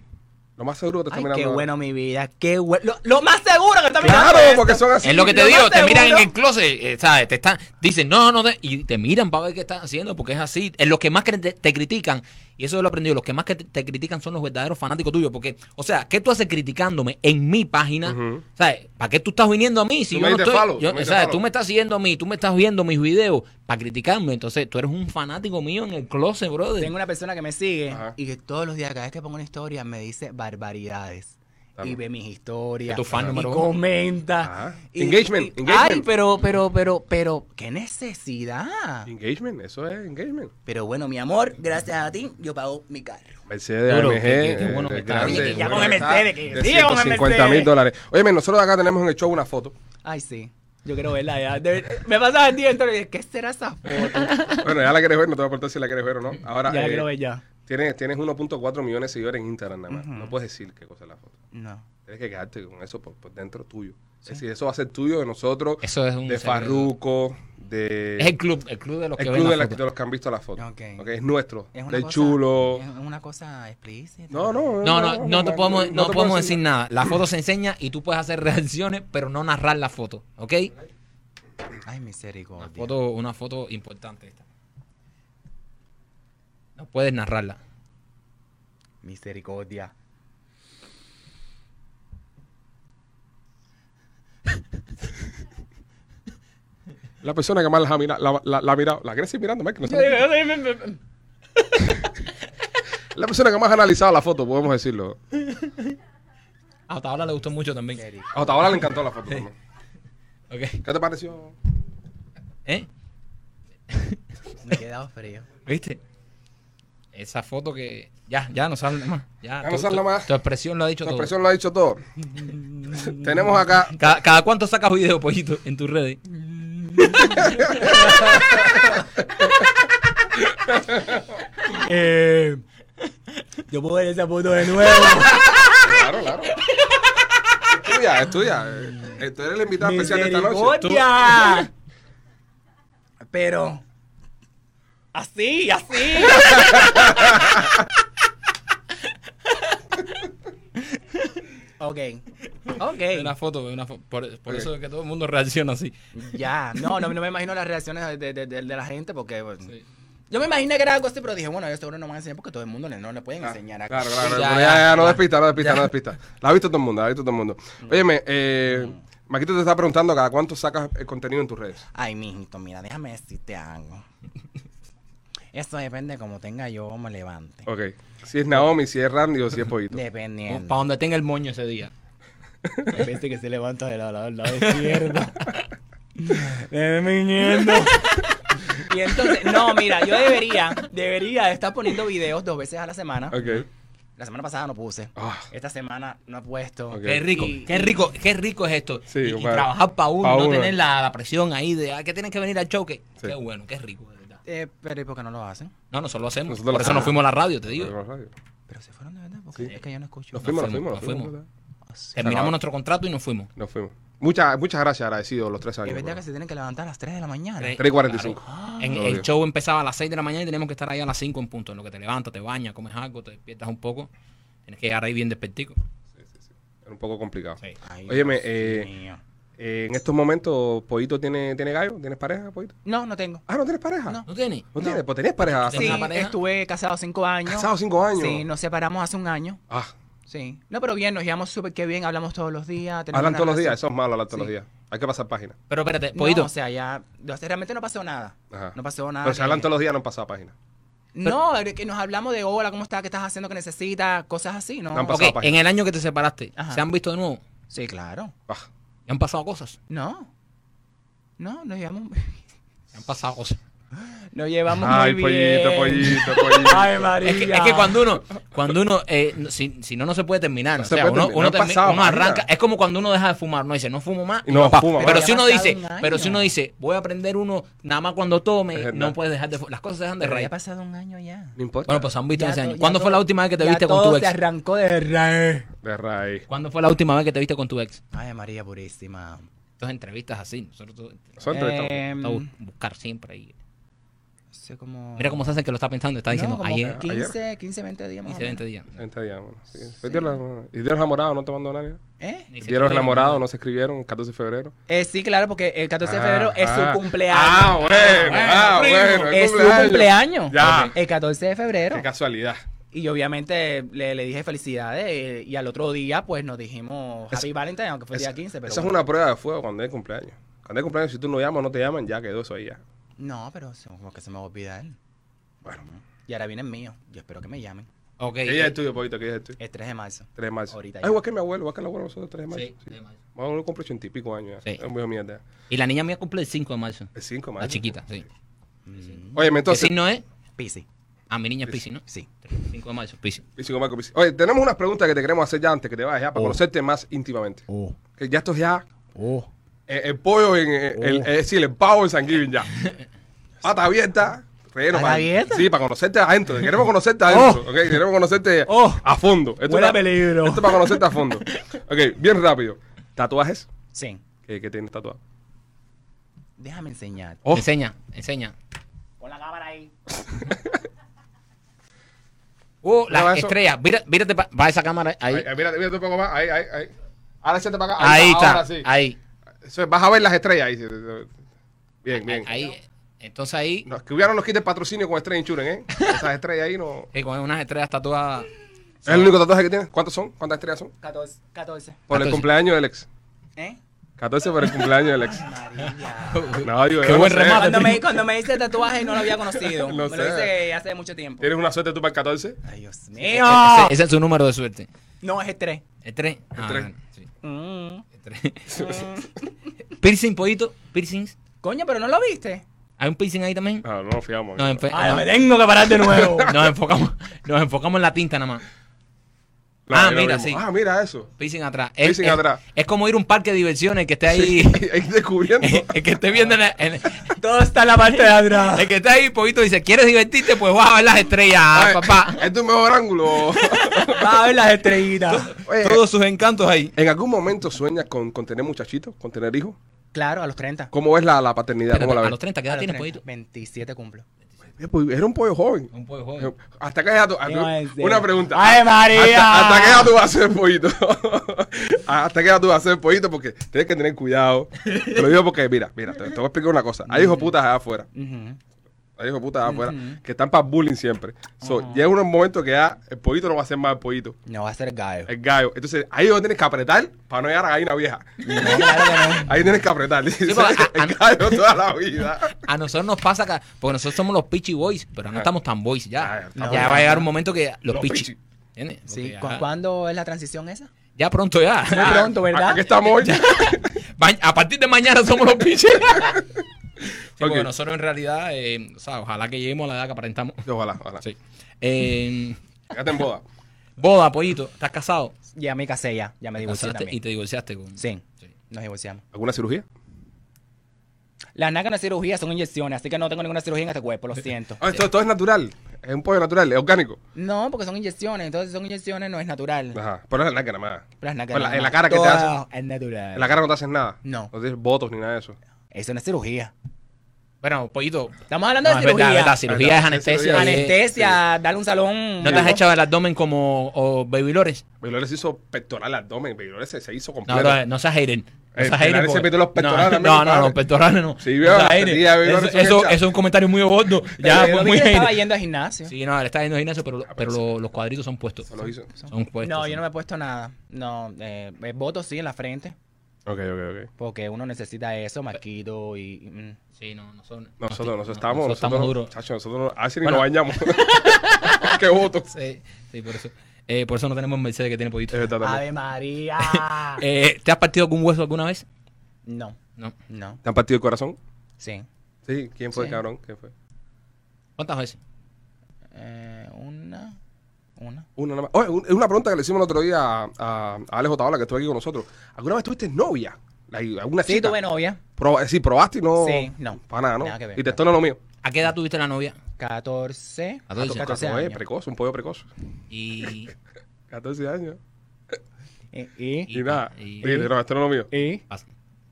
S1: Lo más seguro que te está
S4: Ay,
S1: mirando
S4: qué
S1: ahora.
S4: bueno mi vida, qué bueno. Lo, lo más seguro que está mirando.
S1: Claro,
S4: esto.
S1: porque son así.
S3: Es lo que te
S4: Lo
S3: digo,
S4: más
S3: te miran en
S4: seguro-
S3: el closet, eh, ¿sabes? Te están, dicen, no, no, te- y te miran para ver qué estás haciendo, porque es así. Es los que más que te, te critican, y eso lo he aprendido, los que más que te, te critican son los verdaderos fanáticos tuyos, porque, o sea, ¿qué tú haces criticándome en mi página?
S1: Ujú.
S3: ¿Sabes? ¿Para qué tú estás viniendo a mí si
S1: Tú
S3: yo
S1: me
S3: no
S1: diste
S3: estoy?
S1: follow,
S3: yo-
S1: tú me diste
S3: ¿sabes?
S1: follow.
S3: Tú me estás siguiendo a mí, tú me estás viendo mis videos para criticarme, entonces tú eres un fanático mío en el closet, brother.
S4: Tengo una persona que me sigue
S1: Ajá.
S4: y que todos los días, cada vez que pongo una historia, me dice barbaridades.
S1: Claro.
S4: y ve mis historias.
S3: Tu fan
S4: y
S3: número uno.
S4: comenta.
S1: Ajá.
S4: y-
S1: Ah, Engagement,
S4: y-
S1: engagement.
S4: Ay, pero, pero, pero, pero, qué necesidad.
S1: Engagement, eso es engagement.
S4: Pero bueno, mi amor, gracias a ti, yo pago mi carro.
S1: Mercedes
S3: Duro,
S1: AMG,
S3: que- que- que bueno
S1: eh,
S3: que está.
S1: grande,
S3: Oye, que ya
S1: bueno
S6: con
S1: que está,
S6: Mercedes, que
S1: de
S6: siga con
S1: 150 mil
S6: Mercedes.
S1: dólares. Oye, men, nosotros acá tenemos en el show una foto.
S4: Ay, sí.
S6: Yo quiero verla ya. De- me pasaba el día entero y dije, ¿qué será esa foto?
S1: Bueno, ya la quieres ver, no te voy a preguntar si la quieres ver o no. Ahora,
S6: ya la
S1: eh,
S6: quiero ver ya.
S1: tienes, tienes 1.4 millones de seguidores en Instagram nada más. No puedes decir qué cosa es la foto.
S4: No.
S1: Tienes que quedarte con eso por, por dentro tuyo. Es decir, eso va a ser tuyo de nosotros,
S3: Eso es un
S1: de
S3: secreto.
S1: Farruco, de...
S3: Es el club, el club de los
S1: el
S3: que
S1: club
S3: ven
S1: de,
S3: la
S1: la-
S3: foto.
S1: de los que han visto la foto.
S4: Ok.
S1: Ok, Es nuestro,
S4: Es una
S1: del
S4: cosa-
S1: chulo.
S4: Es una cosa explícita.
S1: No, no,
S3: No, no, no te podemos, no,
S1: te puedo
S3: podemos decir nada. La foto se enseña y tú puedes hacer reacciones, pero no narrar la foto, ¿ok?
S4: Ay, misericordia.
S3: Foto, una foto importante esta. No puedes narrarla.
S4: Misericordia.
S1: La persona que más la ha mirado, la, la, la ha mirado, la quieres ir mirando, Mike, que no está- La persona que más ha analizado la foto, podemos decirlo.
S3: Ah, Hasta ahora le gustó mucho también.
S1: Hasta ahora le encantó la foto. ¿no?
S3: ¿Ok?
S1: ¿Qué te pareció?
S3: ¿Eh?
S4: Me he quedado frío.
S3: ¿Viste? Esa foto que. Ya, ya no sale más. Ya,
S1: Ya
S3: tu-
S1: no sale
S3: tu-
S1: más.
S3: Tu expresión lo ha dicho
S1: Tu
S3: todo.
S1: expresión lo ha dicho todo. Tenemos acá.
S3: Cada, cada cuánto sacas video, pollito, en tus redes.
S6: Yo puedo ver esa foto de nuevo.
S1: Claro, claro. Es tuya, es tuya. Eh, Tú eres el invitado especial de esta noche.
S6: ¡Misericordia!
S4: Pero.
S6: Así, así.
S4: Ok.
S3: Es
S4: Ok.
S3: Una foto, una fo- por, por eso es que todo el mundo reacciona así.
S4: Ya. No, no, no me imagino las reacciones de, de- de- de la gente porque. pues,
S3: Sí.
S4: Yo me imaginé que era algo así, pero dije, bueno, yo seguro no me van a enseñar porque todo el mundo le- no le pueden enseñar acá.
S1: Claro, claro.
S3: Ya,
S1: pero Ya,
S3: ya,
S1: ya, no
S3: ya.
S1: despista, no despista, no despista. La ha visto todo el mundo, la ha visto todo el mundo. Óyeme, eh, Maquito te está preguntando cada cuánto sacas el contenido en tus redes.
S4: Ay, mijito, mira, déjame decirte algo. Eso depende de cómo tenga yo o me levante.
S1: Ok. Si es Naomi, si es Randy o si es Pollito.
S4: Dependiendo.
S3: Para donde tenga el moño ese día.
S6: Pensé que se levanta del lado, del lado izquierdo. Déjeme viniendo.
S4: Y entonces, no, mira, yo debería, debería estar poniendo videos dos veces a la semana.
S1: Ok.
S4: La semana pasada no puse.
S1: Ah.
S4: Esta semana no he puesto.
S1: Ok.
S3: Qué rico,
S4: Y-
S3: qué rico, qué rico es esto.
S1: Sí,
S3: y, y
S1: compadre.
S3: trabajar para uno,
S1: Pa'
S3: no
S1: uno.
S3: tener la, la presión ahí de ah, que tienes que venir al show. Que,
S1: Sí.
S3: Qué bueno, qué rico, de verdad.
S4: Eh, pero ¿y por qué no lo hacen?
S3: No, nosotros lo hacemos.
S1: Nosotros lo
S3: Por eso nos
S1: hacemos.
S3: fuimos a la radio, te digo.
S4: Pero se fueron de verdad, porque es que yo no escucho.
S1: Nos fuimos, nos
S3: fuimos,
S1: fuimos,
S3: nos
S1: nos fuimos.
S3: fuimos.
S4: O sea,
S3: Terminamos
S1: acabó.
S3: nuestro contrato y nos fuimos.
S1: Nos fuimos. Muchas, muchas gracias, agradecido los tres
S4: es
S1: años.
S4: verdad que
S1: bro.
S4: se tienen que levantar a las 3 de la mañana.
S3: Tres.
S1: 3.45.
S3: Ah. En-
S1: Lo
S3: el
S1: digo.
S3: show empezaba a las 6 de la mañana y tenemos que estar ahí a las 5 en punto. En lo que te levantas, te bañas, comes algo, te despiertas un poco. Tienes que llegar ahí bien despertico.
S1: Era un poco complicado.
S3: Sí.
S4: Ay,
S1: Óyeme,
S4: Dios
S1: eh,
S4: mío.
S1: Eh, en estos momentos, Pollito tiene, tiene gallo. ¿Tienes pareja, Pollito?
S4: No, no tengo.
S1: Ah, ¿no tienes pareja?
S3: ¿No tienes?
S1: ¿No tienes? Pues tenías pareja. hace-
S3: ¿Con
S4: Sí,
S3: una pareja?
S4: estuve casado cinco años.
S1: Casado cinco años.
S4: Sí, nos separamos hace un año.
S1: Ah,
S4: Sí. No, pero bien, nos llevamos súper que bien, hablamos todos los días. tenemos
S1: hablan
S4: una
S1: todos los días.
S4: relación-
S1: Eso es malo, hablar todos
S4: Sí.
S1: los días. Hay que pasar página.
S3: Pero espérate,
S4: No,
S3: Pollito.
S4: o sea, ya, o sea, realmente no pasó nada.
S1: Ajá.
S4: No pasó nada.
S1: Pero si
S4: que-
S1: hablan todos los días, no han pasado página.
S4: No, es que nos hablamos de hola, ¿cómo estás? ¿Qué estás haciendo? ¿Qué necesitas? Cosas así, ¿no?
S1: No han
S3: Ok,
S1: pasado página.
S3: en el año que te separaste,
S4: Ajá.
S3: ¿se han visto de nuevo?
S4: Sí, claro.
S1: Ah,
S3: ¿Y han pasado cosas?
S4: No. No, nos llevamos,
S3: ¿Y han pasado cosas?
S4: nos llevamos
S1: Ay,
S4: muy
S1: Pollito,
S4: bien.
S1: Pollito, Pollito.
S6: Ay, María.
S3: Es que, es que cuando uno, cuando uno, eh, no- si, si no, no se puede terminar.
S1: No
S3: o
S1: se
S3: sea,
S1: puede
S3: uno,
S1: terminar,
S3: uno
S1: han
S3: termi-
S1: pasado
S3: uno
S1: varias.
S3: arranca. Es como cuando uno deja de fumar. No dice, no fumo más.
S1: Y no
S3: pa-
S1: fuma,
S3: Pero
S1: ¿verdad?
S3: si uno
S4: Ya ha pasado
S3: dice,
S4: un año.
S3: pero si uno dice, voy a aprender uno nada más cuando
S1: Es
S3: tome,
S1: verdad.
S3: no puedes dejar de fumar. Las cosas se dejan de
S4: Pero ya
S3: raíz.
S4: ha pasado un año ya.
S1: No importa.
S3: Bueno, pues se han visto
S4: Ya
S3: ese
S4: to-
S3: año.
S4: ya
S3: ¿Cuándo fue la
S4: todo-
S3: última vez que te
S4: ya
S3: viste con
S4: todo
S3: tu
S4: se
S3: ex?
S4: arrancó de raíz.
S1: De raíz.
S3: ¿Cuándo fue la última vez que te viste con tu ex?
S4: Ay, María Purísima.
S3: Estas entrevistas así, nosotros todo-
S1: Son entrevistados.
S4: Em,
S3: todo bus- buscar siempre ahí.
S4: hace como...
S3: Mira cómo se hace que lo está pensando, está
S4: No,
S3: diciendo
S4: como
S3: ayer,
S4: 15, 15, 20 días más o
S3: 15, 20
S4: menos.
S3: días.
S1: Gente ya, bueno, sí. Pues Dios la- Y Dios enamorado, no te mandó nadie.
S4: ¿Eh?
S3: Ni se
S1: Dieron
S3: escribe.
S1: enamorados, no se escribieron, 14 de febrero.
S4: Eh, sí, claro, porque el 14 de febrero es
S1: Ah,
S4: su cumpleaños.
S1: Ah, bueno, ah,
S3: primo,
S1: bueno.
S4: es su cumpleaños.
S1: Ya.
S4: El 14 de febrero.
S1: Qué casualidad.
S4: Y yo, obviamente le, le dije felicidades eh, y al otro día pues nos dijimos
S1: Es-
S4: Happy Valentine, aunque fue el
S1: Esa-
S4: día 15. Pero
S1: esa es
S4: bueno.
S1: una prueba de fuego cuando es cumpleaños. Cuando es cumpleaños, si tú no llamas, no te llaman, ya quedó eso ahí ya.
S4: No, pero se- como que se me va a olvidar.
S1: Bueno,
S4: Y ahora viene el mío. Yo espero que me llamen.
S3: Ok.
S1: ¿Qué día es el tuyo, Poquito? ¿Qué día es el tuyo?
S4: El 3 de marzo.
S1: 3 de marzo.
S4: eh, Ahorita
S1: Ah,
S4: ya.
S1: igual que mi abuelo, igual que el abuelo de nosotros, 3 de marzo.
S3: Sí,
S1: Sí.
S3: de mayo.
S1: Mi abuelo compró ochenta y pico años ya.
S3: Sí.
S1: Es un viejo mierda.
S3: Y la niña mía cumple el 5 de marzo.
S1: El 5 de marzo.
S3: La chiquita, sí.
S1: Oye,
S3: ¿Qué
S1: entonces.
S3: signo es?
S4: Pisi.
S3: Ah, mi niña es Piscis, ¿no?
S4: Sí.
S3: 5 de marzo, Piscis.
S1: Piscis con Marco Piscis. Oye, tenemos unas preguntas que te queremos hacer ya antes que te vayas, ya, para conocerte más íntimamente.
S4: Oh.
S1: Que ya esto es ya.
S4: Oh.
S1: eh, el pollo en. eh,
S4: Oh.
S1: el, es decir, el pavo en San Giving ya. Pata abierta. Relleno
S4: ¿Pata
S1: para-
S4: abierta?
S1: Sí, para conocerte adentro. Te Queremos conocerte adentro. ¿ok? Queremos conocerte
S4: Oh.
S1: a fondo. Esto
S4: Huele a
S1: es para-
S4: peligro.
S1: Esto es para conocerte a fondo. Ok, bien rápido. ¿Tatuajes?
S4: Sí.
S1: ¿Qué, qué tienes tatuado?
S4: Déjame enseñar.
S1: Oh.
S3: Enseña, enseña.
S4: Pon la cámara ahí.
S3: Uh, la
S1: No, Oh, eso-
S3: estrella. Vira- Vírate para esa cámara ahí.
S1: Ahí, ahí, mírate, mírate un poco más. Ahí, ahí, ahí. Ahora siéntate para acá.
S3: Ahí,
S1: Ahora
S3: está.
S1: sí.
S3: Ahí.
S1: Eso es, vas a ver las estrellas ahí. Bien, bien.
S3: Ahí. Entonces ahí.
S1: No, que hubiera no nos quite el patrocinio con Estrella Insurance, ¿eh? Esas estrellas ahí no...
S3: eh, con unas estrellas tatuadas.
S1: ¿Es el único tatuaje que tienes? ¿Cuántos son? ¿Cuántas estrellas son?
S4: 14. 14.
S1: Por el
S3: 14.
S1: cumpleaños del ex.
S4: ¿Eh?
S1: 14 por el cumpleaños del ex. No, digo,
S3: Qué
S1: yo no
S3: buen
S1: sé.
S3: remate.
S6: Cuando me, cuando me hice el tatuaje no Eh, lo había conocido.
S1: No
S6: me lo
S1: sé.
S6: hice hace mucho tiempo.
S1: ¿Tienes una suerte tú para el 14?
S4: Ay, Dios mío.
S6: ¡Mío!
S3: Ese, ese es su número de suerte.
S6: No, es el 3.
S3: El 3. Ah,
S1: tres.
S3: sí.
S6: Mm.
S3: El tres. piercing, pollito. Piercings.
S6: Coño, pero no lo viste.
S3: ¿Hay un piercing ahí también?
S1: No, no nos fiamos.
S3: Nos, enfe-
S6: Ah,
S3: no-
S6: me tengo que parar de nuevo.
S3: nos enfocamos, nos enfocamos en la tinta nada más.
S1: No,
S3: Ah,
S1: yo no
S3: mira,
S1: mismo.
S3: sí.
S1: Ah, mira eso.
S3: Piercing atrás.
S1: Piercing
S3: es,
S1: atrás.
S3: Es como ir a un parque de diversiones que esté ahí.
S1: Sí, ahí descubriendo.
S3: el que esté viendo. en la- en-
S6: Todo está en la parte de atrás.
S3: el que está ahí, poquito, dice: ¿Quieres divertirte? Pues vas a ver las estrellas, ah,
S1: Ay, este
S3: papá.
S1: Es tu mejor ángulo.
S6: Va a ver las estrellitas.
S1: Oye,
S3: Todos sus encantos ahí.
S1: ¿en algún momento sueñas con, con tener muchachitos? ¿Con tener hijos?
S4: Claro, a los 30.
S1: ¿Cómo ves la, la paternidad? ¿Cómo la
S3: a
S1: ves?
S3: los 30, ¿qué
S4: A
S3: edad
S4: los
S3: tienes,
S4: 30.
S3: poquito?
S4: 27 cumplo.
S1: Eh, pues, Era un pollo joven. Eh,
S3: Un poco joven.
S1: Hasta qué edad tú-
S6: ¿Qué va a decir?
S1: Una pregunta.
S6: ¡Ay, María!
S1: Hasta, hasta qué edad tú vas a ser pollito. hasta qué edad tú vas a ser pollito porque tienes que tener cuidado. Te lo digo porque, mira, mira, te, te voy a explicar una cosa. Hay hijos putas allá afuera.
S4: Ujú.
S1: Hay hijos putas allá afuera que están para bullying siempre. So, Llega un momento que ya el pollito no va a ser más el pollito.
S4: No va a ser gallo.
S1: El gallo. Entonces, ahí es donde tienes que apretar para no llegar a gallina vieja. Ahí tienes que apretar.
S3: porque a-
S1: el gallo toda la vida.
S3: A nosotros nos pasa que, porque nosotros somos los Pichi Boys, pero no estamos tan boys
S1: Ah,
S3: ya.
S1: estamos-
S3: ya va a llegar un momento que los,
S1: Los
S3: Pichi.
S1: Pichi.
S3: ¿Entiendes?
S4: Sí,
S3: Porque
S4: ¿cu-
S3: ya-
S4: ¿cuándo es la transición esa?
S3: Ya pronto ya.
S6: Muy pronto, ¿verdad?
S1: Aquí estamos hoy.
S3: Ma- A partir de mañana somos los Pichi. Sí, porque
S1: Ok.
S3: nosotros en realidad, eh, o sea, ojalá que lleguemos a la edad que aparentamos.
S1: Ojalá, ojalá.
S3: Sí. Eh,
S1: Fíjate en boda.
S3: boda, pollito, ¿estás casado?
S4: Ya me casé ya. Ya me divorcié
S3: Casaste y
S4: también.
S3: te divorciaste con.
S4: Sí,
S3: Sí.
S4: nos divorciamos.
S1: ¿Alguna cirugía?
S4: Las nacas de cirugía son inyecciones, así que no tengo ninguna cirugía en este cuerpo, lo siento.
S1: Ah, esto, todo es natural. Es un pollo natural, es orgánico.
S4: No, porque son inyecciones, entonces son inyecciones, no es natural.
S1: Ajá. Pero es la naca nada más.
S4: Pero las nacas
S1: Pues la-
S4: nada
S1: en la
S4: más.
S1: cara que te
S4: Todas Es
S1: En
S4: natural.
S1: la cara no te haces nada.
S4: No.
S1: No tienes votos ni nada de eso.
S4: Eso no es cirugía.
S3: Bueno, pollito.
S4: Estamos hablando
S3: no,
S4: de
S3: es verdad,
S4: cirugía.
S3: verdad, cirugía
S1: Ah,
S3: es
S1: no,
S3: anestesia.
S1: cirugía.
S3: y es-
S4: Anestesia, darle un salón.
S3: ¿No te has echado el abdomen como o Baby Lores?
S1: Baylores hizo pectoral abdomen. Baylores se, se hizo
S3: No,
S1: completo.
S3: no, no seas hater. No
S1: Eh,
S3: seas hater.
S1: Pilar se
S3: porque-
S1: mete los pectorales
S3: No,
S1: también,
S3: no, no,
S1: padre.
S3: los pectorales no.
S1: Sí,
S3: No
S1: veo,
S3: seas
S1: la
S3: hater.
S1: tía, veo,
S3: Eso,
S1: eso es
S3: eso-
S1: hecha.
S3: eso es un comentario muy gordo. Ya,
S4: Ya,
S3: fue muy
S4: estaba
S3: hater.
S4: yendo al gimnasio.
S3: Sí, no, le está yendo al gimnasio,
S1: Ah,
S3: pero, pero lo- los cuadritos son puestos.
S1: Se lo pues hizo.
S3: Son puestos.
S4: No, yo no
S3: son-
S4: me he puesto nada. No, eh, eh, voto sí en la frente,
S1: Ok, ok, ok.
S4: porque uno necesita eso, maquito y... y, mm.
S3: Sí, no, no son.
S1: Nosotros,
S3: no,
S1: nosotros estamos.
S3: Nosotros estamos duros.
S1: Chacho, nosotros no- a ver si ni
S3: Bueno.
S1: nos bañamos. Qué votos.
S3: Sí, sí, por eso. Eh, por eso no tenemos Mercedes que tiene pollito.
S1: Es verdad también.
S4: ¡Ave María!
S3: Eh, ¿Te has partido algún hueso alguna vez?
S4: no,
S3: No.
S4: no,
S1: ¿Te han partido el corazón?
S4: sí.
S1: Sí. ¿Quién fue,
S4: Sí.
S1: cabrón? ¿Quién fue?
S3: ¿Cuántas veces?
S4: Eh, una, una.
S1: Una nada más. Oye, un- una pregunta que le hicimos el otro día a, a- a Alejo Tabala, que estuvo aquí con nosotros. ¿Alguna vez tuviste novia? Like, ¿Alguna
S4: Sí,
S1: chica?
S4: tuve novia,
S1: Proba- sí, probaste y no.
S4: Sí, no.
S1: Para nada, ¿no?
S4: Nada que ver.
S1: y te esto no es lo mío.
S3: ¿A qué edad tuviste la novia?
S4: 14,
S3: A doce.
S4: 14
S1: Oye,
S4: años.
S1: precoz, un pollo precoz.
S3: Y.
S1: 14 años.
S4: Eh, ¿Y?
S1: Y, nada.
S3: y-
S1: Y, dije, no, esto no es lo mío.
S4: ¿Y?
S3: pas-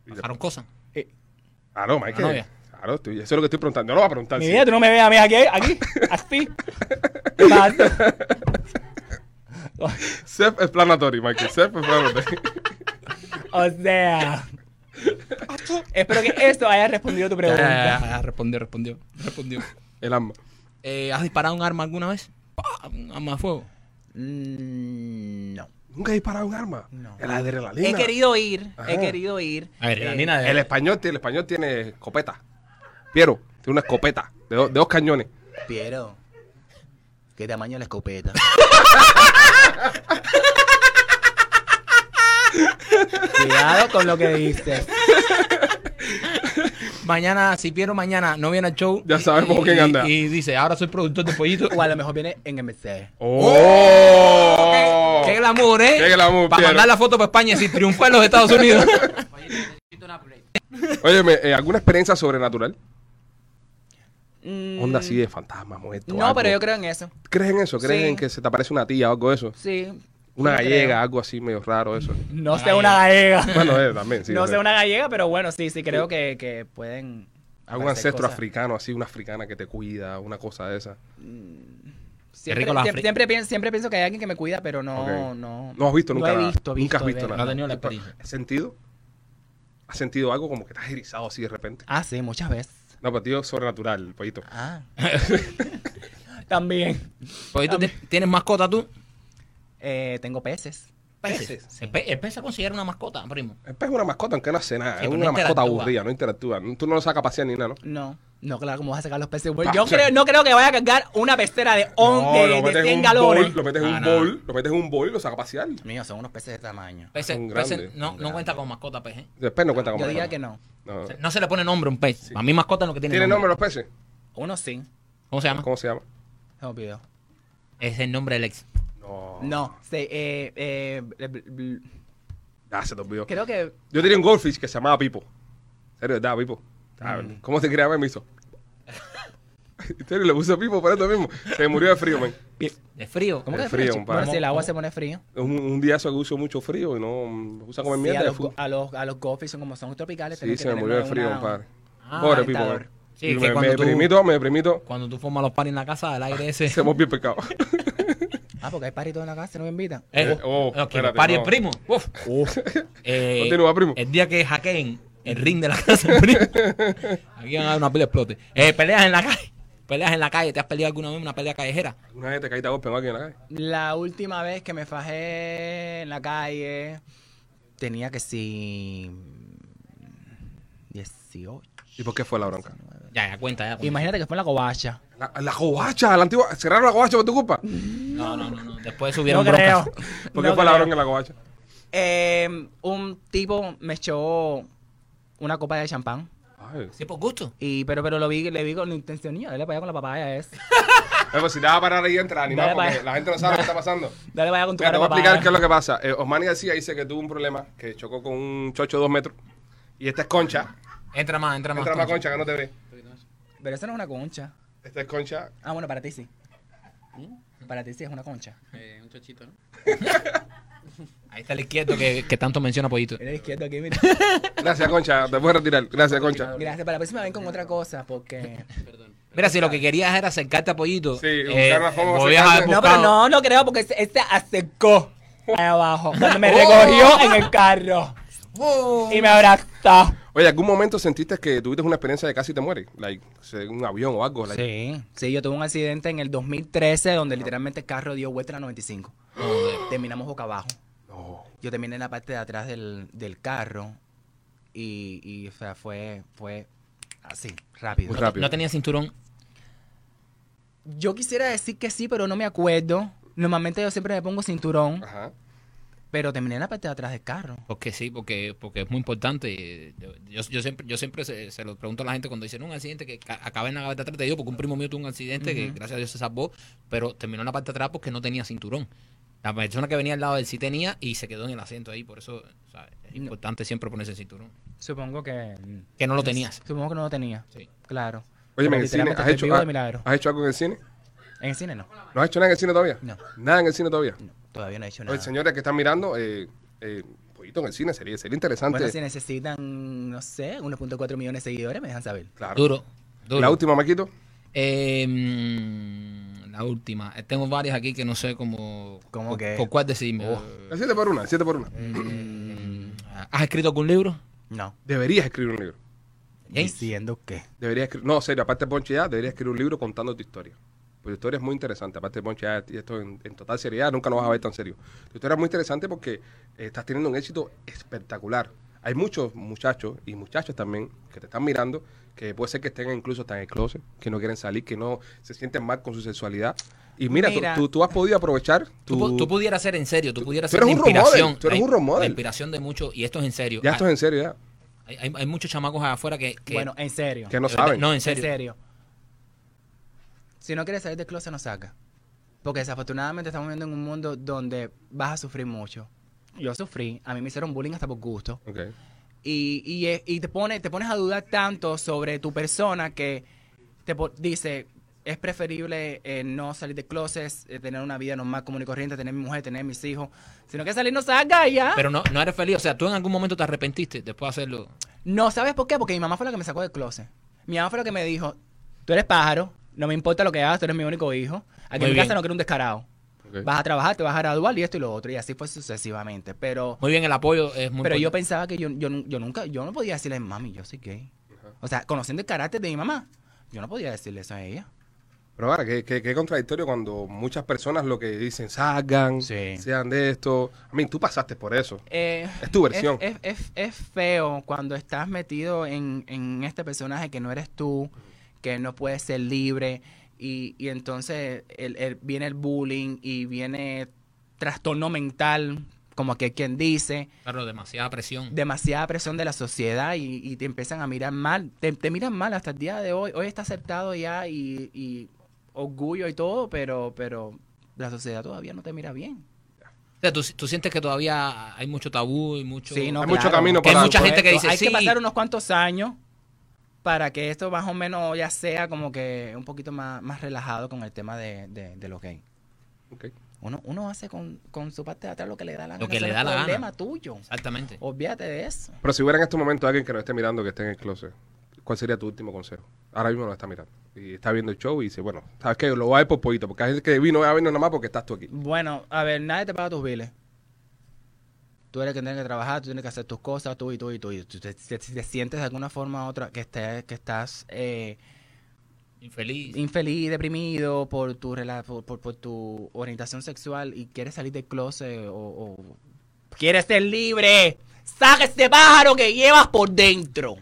S3: ¿Pasaron cosas?
S1: Claro, Mike.
S3: Una novia.
S1: Claro, estoy- eso es lo que estoy preguntando. Yo no voy a preguntar. Ah,
S4: Mi
S1: sí.
S4: vida, tú no me veas a mí aquí, aquí, así. Basta.
S1: Self-explanatory, Michael. Self-explanatory.
S6: O sea.
S4: Espero que esto haya respondido tu
S3: Ya,
S4: pregunta.
S3: ya, ya, respondió, respondió. respondió.
S1: El alma.
S3: Eh, ¿Has disparado un arma alguna vez? ¡Pah! Un arma de fuego.
S4: Mm, no.
S1: Nunca he disparado un arma.
S4: No.
S1: El adrenalina.
S6: He querido ir, he
S1: Ajá.
S6: querido ir.
S3: A ver, la
S6: Eh,
S3: nena de-
S1: El español, tiene- el español tiene escopeta. Piero, tiene una escopeta de, do- de dos cañones.
S4: Piero, ¿qué tamaño la escopeta? Cuidado con lo que dices. mañana, si Piero mañana no viene al show.
S1: Ya sabemos
S4: y-
S1: quién
S4: y-
S1: anda.
S3: Y dice, ahora soy productor de pollito.
S4: O a lo mejor viene en MC.
S1: ¡Oh!
S3: ¡Qué glamour, eh!
S1: Qué glamour,
S3: Para
S1: Piero.
S3: mandar la foto para España y si triunfa en los Estados Unidos.
S1: Óyeme, eh, ¿alguna experiencia sobrenatural?
S6: Mm,
S1: Onda así de fantasma, muerto.
S6: No,
S1: algo.
S6: pero yo creo en eso.
S1: ¿Crees en eso? ¿Crees
S6: Sí.
S1: en que se te aparece una tía o algo de eso?
S6: Sí.
S1: Una
S6: sí
S1: gallega,
S6: creo.
S1: algo así medio raro eso.
S4: No sé una gallega.
S1: Bueno, eh, también, sí.
S6: no
S1: o
S6: sé
S1: sea,
S6: una gallega, pero bueno, sí, sí, creo que, que pueden.
S1: Algún
S6: aparecer
S1: ancestro
S6: cosas.
S1: africano, así, una africana que te cuida, una cosa de esa.
S6: Siempre,
S3: rico la
S6: siempre,
S3: Afri-
S6: siempre pienso, siempre pienso que hay alguien que me cuida, pero no,
S1: Ok.
S6: no.
S1: No has visto
S4: No
S1: nunca
S4: he
S1: nada.
S4: visto,
S1: nunca has
S4: visto,
S1: visto
S4: de
S1: nada.
S3: verdad. No he tenido la experiencia.
S1: ¿Has sentido? ¿Has sentido algo como que estás erizado así de repente?
S4: Ah, sí, muchas veces.
S1: No, pero tío, sobrenatural, pollito.
S4: Ah.
S6: También.
S3: Pollito, ¿ti- ¿tienes mascota tú?
S4: Eh, tengo peces.
S1: Peces.
S3: El pe- el pez se considera una mascota, primo.
S1: El pez Pues es una mascota, aunque no hace nada.
S3: Sí,
S1: es
S3: pero
S1: una
S3: no
S1: mascota
S3: interactúa.
S1: aburrida, no interactúa. Tú no lo sacas a pasear ni nada, ¿no?
S6: No.
S4: No, claro, ¿cómo vas a sacar los peces? Bueno,
S1: Ah,
S4: yo
S1: sí.
S4: creo.
S6: No creo que vaya a cargar una pecera de, on, de, de 100
S1: un bol,
S6: galones.
S1: lo metes en
S3: Ah,
S1: un
S3: no.
S1: bol, lo metes en un bol y lo sacas a pasear.
S4: Mío, son unos peces de tamaño.
S3: Pez-
S1: Son
S3: pez-
S1: grandes,
S3: no,
S1: son
S3: no cuenta con mascota, pez. ¿eh?
S1: El pez no cuenta como
S4: Yo diría
S1: mascota.
S4: que no.
S1: No.
S3: O sea, No se le pone nombre a un pez. A mí mascota es lo que tiene,
S1: ¿Tiene nombre
S3: nombre.
S1: los peces?
S4: Uno sí.
S3: ¿Cómo se llama?
S1: ¿Cómo se llama?
S4: Se me olvidó.
S3: Es el nombre del ex.
S1: No.
S4: No, sí, eh, eh, bl- bl- bl-
S1: Ah, se te olvidó.
S4: creo que
S1: Yo tenía un goldfish que se llamaba Pipo. En serio, ¿verdad, Pipo? Ah, ¿Cómo se creaba? Me hizo. En serio, le puso Pipo para esto mismo. Se murió de frío, man.
S3: Es frío.
S1: ¿Cómo?
S4: ¿Cómo que
S1: Es frío,
S4: frío,
S1: compadre.
S4: si el agua se pone frío.
S1: Un, un día eso que uso mucho frío y no me gusta comer
S4: Sí, a,
S1: mierda. de
S4: los,
S1: fútbol.
S4: go- a los a los gofis son como son tropicales.
S1: Sí,
S4: tienen que
S1: se me murió de
S4: tenerlo
S1: frío,
S4: en una-
S1: compadre.
S3: Ah,
S1: Pobre Pipo,
S4: calentador.
S1: man.
S3: Sí,
S1: Y
S3: que
S1: me,
S3: cuando
S1: me
S3: tú-
S1: deprimito, me deprimito.
S3: Cuando tú formas los pares en la casa, el aire ese.
S1: Se movió el pecado.
S4: Ah, porque hay parito en la casa, no me invitan.
S3: Eh,
S1: Oh,
S3: oh, que los
S1: espérate,
S3: pares
S1: no.
S3: el primo. Uf. Eh,
S1: Continúa, primo.
S3: El día que hackeen el ring de la casa, primo. Aquí van a dar una pelea explote. Eh, peleas en la calle. Peleas en la calle. ¿Te has peleado alguna vez en una pelea callejera?
S1: Una vez te caíste a golpe en alguien en la calle.
S4: La última vez que me fajé en la calle tenía que si 18.
S1: ¿Y por qué fue la bronca?
S3: Ya, ya, cuenta, ya. cuenta.
S4: Imagínate que fue en la cobacha.
S1: La, la covacha, la antigua. Cerraron la covacha por tu culpa.
S3: No, no, no, no. Después
S6: No
S3: subieron
S6: creo.
S3: broncas.
S1: ¿Por qué
S6: No
S1: fue la
S6: creo.
S1: bronca en la covacha?
S4: Eh, un tipo me echó una copa de champán.
S1: Ay.
S3: Sí, por gusto.
S4: Y pero pero lo vi, le vi con la intencionía, dale para allá con la papaya es.
S1: Eh, pues si te vas a parar ahí entra, animal,
S4: Dale,
S1: porque
S4: vaya.
S1: la gente no sabe lo que está pasando.
S4: Dale para allá con tu
S1: Mira, te
S4: cara
S1: voy a explicar
S4: papaya.
S1: qué es lo que pasa. Eh, Osmani García dice que tuvo un problema, que chocó con un chocho de dos metros. Y esta es concha.
S3: Entra más, entra más.
S1: Entra más
S3: concha.
S1: concha que no te ve.
S4: Pero eso no es una concha.
S1: Esta es concha.
S4: Ah, bueno, para ti sí. Para ti sí es una concha.
S6: un chochito, ¿no?
S3: Ahí está el izquierdo que, que tanto menciona Pollito.
S4: Eres izquierdo aquí, mira.
S1: Gracias, concha. Te puedes retirar. Gracias, concha.
S4: Gracias, para la próxima ven con otra cosa, porque...
S3: Mira, si lo que querías era acercarte a Pollito, eh,
S1: Sí, buscar la forma de
S3: podías haber
S1: acercarte.
S6: No, pero
S3: buscado-
S6: no, no creo porque se- él se acercó ahí abajo. Cuando me
S3: Oh.
S6: recogió en el carro. Y me abrazó.
S1: Oye, ¿algún momento sentiste que tuviste una experiencia de casi te mueres? Like, se- un avión o algo. like.
S4: Sí, sí, yo tuve un accidente en el 2013 donde literalmente el carro dio vuelta a la 95. Terminamos boca abajo.
S1: No.
S4: Yo terminé en la parte de atrás del, del carro y, y, o sea, fue, fue así, rápido.
S1: Muy rápido.
S3: No tenía cinturón.
S4: Yo quisiera decir que sí, pero no me acuerdo. Normalmente yo siempre me pongo cinturón,
S1: Ajá.
S4: pero terminé en la parte de atrás del carro.
S3: Porque sí, porque, porque es muy importante. eh, Yo, yo- yo siempre, yo siempre se, se lo pregunto a la gente cuando dicen un accidente que ca- acaba en la parte de atrás. Te digo, porque un primo mío tuvo un accidente que gracias a Dios se salvó, pero terminó en la parte de atrás porque no tenía cinturón. La persona que venía al lado de él sí tenía y se quedó en el asiento ahí. Por eso ¿sabes? es
S4: No.
S3: importante siempre ponerse el cinturón.
S4: Supongo que...
S3: Que no lo tenías.
S4: Supongo que no lo tenía.
S3: Sí.
S4: Claro.
S1: mm, Oye,
S4: Pero
S1: en el cine,
S4: literalmente
S1: ¿has
S4: estoy
S1: hecho,
S4: vivo
S1: ah,
S4: de milagro.
S1: ¿has hecho algo en el cine?
S4: En el cine no.
S1: ¿No has hecho nada en el cine todavía?
S4: No.
S1: Nada en el cine todavía.
S4: No, todavía no he hecho Pues nada.
S1: Oye, señores que están mirando, eh, eh, pollito en el cine sería, sería interesante.
S4: Bueno, si necesitan, no sé, 1.4 millones de seguidores, me dejan saber.
S1: Claro.
S3: Duro. duro.
S1: La última, Maquito.
S3: Eh, mm, la última. Eh, Tengo varias aquí que no sé cómo.
S4: ¿Cómo
S3: por-
S4: qué?
S3: por cuál decirme.
S1: Oh. Siete por una, siete por una.
S3: Ah, ¿Has escrito algún libro?
S4: No.
S1: Deberías escribir un libro.
S3: James.
S4: Diciendo que.
S1: Deberías escribir, no, serio, aparte de Ponche ya, deberías escribir un libro contando tu historia. Pues tu historia es muy interesante, aparte de Ponche ya, y esto en, en total seriedad, nunca nos vas a ver tan serio. Tu historia es muy interesante porque eh, estás teniendo un éxito espectacular. Hay muchos muchachos y muchachas también que te están mirando que puede ser que estén incluso hasta en el closet, que no quieren salir, que no se sienten mal con su sexualidad. Y mira, tú-
S6: Mira.
S1: Tú, tú has podido aprovechar
S3: Tú,
S1: tu...
S3: pu- tú pudieras ser en serio, tú pudieras
S1: tú
S3: ser la
S1: eres un role
S3: inspiración.
S1: model, tú eres
S3: la-
S1: un role model.
S3: La inspiración de muchos, y esto es en serio.
S1: ya esto es en serio, ya.
S3: hay, hay- hay muchos chamacos allá afuera que. que-
S4: Bueno, en serio.
S1: Que no saben.
S3: No, en
S4: en serio.
S3: serio.
S4: Si no quieres salir del closet, no saca. Porque desafortunadamente estamos viviendo en un mundo donde vas a sufrir mucho. Yo sufrí, a mí me hicieron bullying hasta por gusto.
S1: Ok.
S4: Y, y, eh, y te, pone, te pones a dudar tanto sobre tu persona que te po- dice, es preferible eh, no salir de closet, eh, tener una vida normal, común y corriente, tener mi mujer, tener mis hijos. Si no quieres salir, no salga ya.
S3: Pero no, no eres feliz. O sea, tú en algún momento te arrepentiste después de hacerlo.
S4: No, ¿sabes por qué? Porque mi mamá fue la que me sacó del closet. Mi mamá fue la que me dijo, tú eres pájaro, no me importa lo que hagas, tú eres mi único hijo. Aquí
S3: Muy
S4: en mi
S3: bien.
S4: casa no quiero un descarado.
S1: Ok.
S4: Vas a trabajar, te vas a graduar y esto y lo otro. Y así fue sucesivamente. Pero,
S3: Muy bien, el apoyo es muy
S4: pero yo
S3: importante.
S4: pensaba que yo, yo, nu- yo nunca, yo no podía decirle, mami, yo soy gay. O sea, conociendo el carácter de mi mamá, yo no podía decirle eso a ella.
S1: Pero ahora, qué, qué- qué contradictorio cuando muchas personas lo que dicen, salgan,
S4: Sí.
S1: sean de esto. A mí, tú pasaste por eso.
S4: Eh,
S1: Es tu versión.
S4: Es, es- es feo cuando estás metido en, en este personaje que no eres tú, que no puedes ser libre. Y, y entonces el- el- viene el bullying y viene trastorno mental, como que quien dice,
S3: Claro, demasiada presión.
S4: demasiada presión de la sociedad y, y te empiezan a mirar mal. Te, te miran mal hasta el día de hoy. Hoy está aceptado ya y, y orgullo y todo, pero, pero la sociedad todavía no te mira bien.
S3: O sea, tú, tú sientes que todavía hay mucho tabú y mucho.
S4: Sí, no,
S1: Hay mucho camino
S3: Que hay
S1: para-
S3: mucha gente que dice,
S4: hay
S3: sí.
S4: que pasar unos cuantos años para que esto más o menos ya sea como que un poquito más, más relajado con el tema de, de, de los gays.
S1: Ok.
S4: Uno, uno hace con, con su parte de atrás lo que le da la gana.
S3: Lo que
S4: eso
S3: le
S4: no
S3: da
S4: es
S3: la gana.
S4: problema tuyo.
S3: Exactamente.
S4: Olvídate de eso.
S1: Pero si hubiera en este momento alguien que nos esté mirando que esté en el closet, ¿cuál sería tu último consejo? Ahora mismo nos está mirando. Y está viendo el show y dice, bueno, ¿sabes qué? Lo voy a ver por poquito, porque hay gente que vino a vernos nada más porque estás tú aquí.
S4: Bueno, a ver, nadie te paga tus biles. Tú eres el que tienes que trabajar, tú tienes que hacer tus cosas, tú y tú y tú. Y tú te, te- te sientes de alguna forma u otra que, estés- que estás eh,
S3: Infeliz.
S4: infeliz, deprimido por tu, rela- por, por- por tu orientación sexual y quieres salir del closet o, o- quieres ser libre, saca este pájaro que llevas por dentro.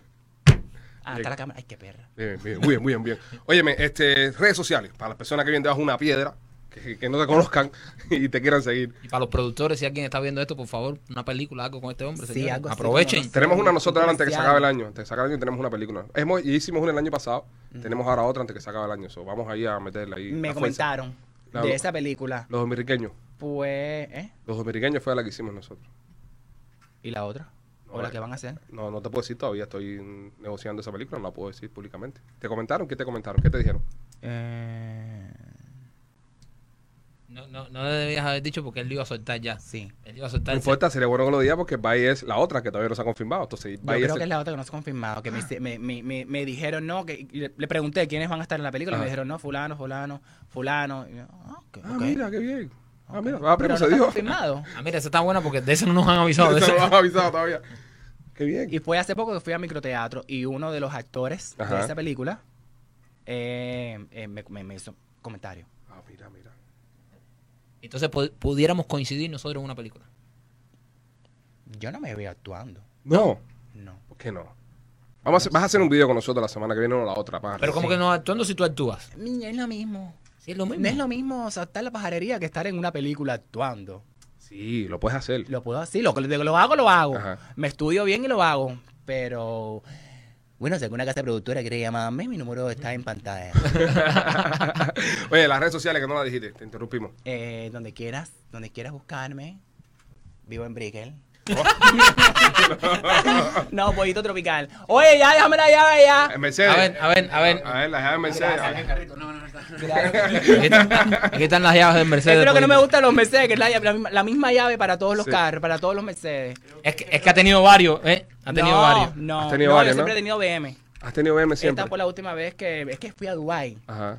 S4: Ah, está la cámara. Ay, qué perra.
S1: Bien, bien, muy bien, muy bien, bien. Óyeme, este, redes sociales, para las personas que vienen debajo de una piedra, que, que no te conozcan y te quieran seguir.
S3: Y para los productores, si alguien está viendo esto, por favor, una película, algo con este hombre.
S4: Sí,
S3: señores.
S4: algo así
S3: Aprovechen.
S4: como nosotros.
S1: Tenemos una nosotros ahora antes de que se
S4: Comercial.
S1: acabe el año. Antes de que se acabe el año tenemos una película. Hemos, y hicimos una el año pasado. Tenemos ahora otra antes de que se acabe el año. So, vamos ahí a meterla ahí.
S4: Me
S1: la fuerza.
S4: comentaron
S1: La-
S4: de esa película.
S1: Los dominicanos.
S4: Pues, ¿eh?
S1: Los dominicanos fue la que hicimos nosotros.
S4: ¿Y la otra? ¿O
S1: No,
S4: la
S1: eh.
S4: que van a hacer?
S1: No, no te puedo decir todavía. Estoy mm, negociando esa película. No la puedo decir públicamente. ¿Te comentaron? ¿Qué te comentaron? ¿Qué te dijeron?
S4: Eh,
S3: No, no, no le debías haber dicho porque él lo iba a soltar ya.
S4: sí.
S3: Él iba a soltar.
S1: No importa, sería bueno que lo diga porque Bay es la otra que todavía no se ha confirmado. Entonces,
S4: Yo
S1: Bay
S4: creo
S1: es
S4: que es
S1: el-
S4: la otra que no se ha confirmado.
S1: Ah.
S4: Que me, hice- me, me, me, me dijeron no, que y le, le pregunté quiénes van a estar en la película. y
S1: Ajá.
S4: Me dijeron no, fulano, fulano, fulano. Y yo, ah, ok,
S1: Ah,
S4: ok.
S1: mira, qué bien. Ah, mira,
S4: Ok.
S1: va a
S4: Pero no
S1: se
S4: está
S1: dio.
S4: confirmado.
S3: Ah, mira, esa está buena porque de eso no nos han avisado. de
S1: Eso
S3: eso-
S1: no lo han avisado todavía. Qué bien.
S4: Y fue hace poco que fui a microteatro y uno de los actores
S1: Ajá.
S4: de esa película eh, eh, me, me- me hizo comentario.
S1: Ah, mira, mira.
S3: Entonces pu- pudiéramos coincidir nosotros en una película.
S4: Yo no me veo actuando.
S1: No.
S4: No.
S1: ¿Por qué no? Vamos a hacer- vas a hacer un video con nosotros la semana que viene o la otra. para-
S3: Pero como que no actuando si tú actúas.
S4: Niña, es lo mismo.
S3: Sí, es lo mismo.
S4: No es lo mismo saltar la pajarería que estar en una película actuando.
S1: Sí, lo puedes hacer.
S4: Lo puedo hacer, lo, lo, lo hago, lo hago.
S1: Ajá.
S4: Me estudio bien y lo hago. Pero, bueno, si alguna casa productora quiere llamarme, mi número está en pantalla.
S1: Oye, las redes sociales que no las dijiste, te interrumpimos.
S4: Eh, donde quieras, donde quieras buscarme, vivo en Brickell. no, pollito tropical. Oye, ya, déjame la llave
S1: Eh,
S4: ya.
S1: Mercedes.
S3: A ver, a ver, a ver.
S1: A ver, la llave de Mercedes. a ver.
S3: Aquí están, aquí están las llaves del Mercedes.
S4: Eso es lo que no me
S3: Polito.
S4: gustan los Mercedes, que es la, llave- la misma- la misma llave para todos los
S1: Sí.
S4: carros, para todos los Mercedes.
S3: Es que, es que ha tenido varios, ¿eh? Ha tenido
S4: no,
S3: varios.
S4: No,
S1: Has tenido
S4: no,
S1: varios,
S4: yo siempre
S1: ¿no?
S4: he tenido BM.
S1: Has tenido BM siempre.
S4: Esta fue la última vez que, es que fui a Dubai
S1: Ajá.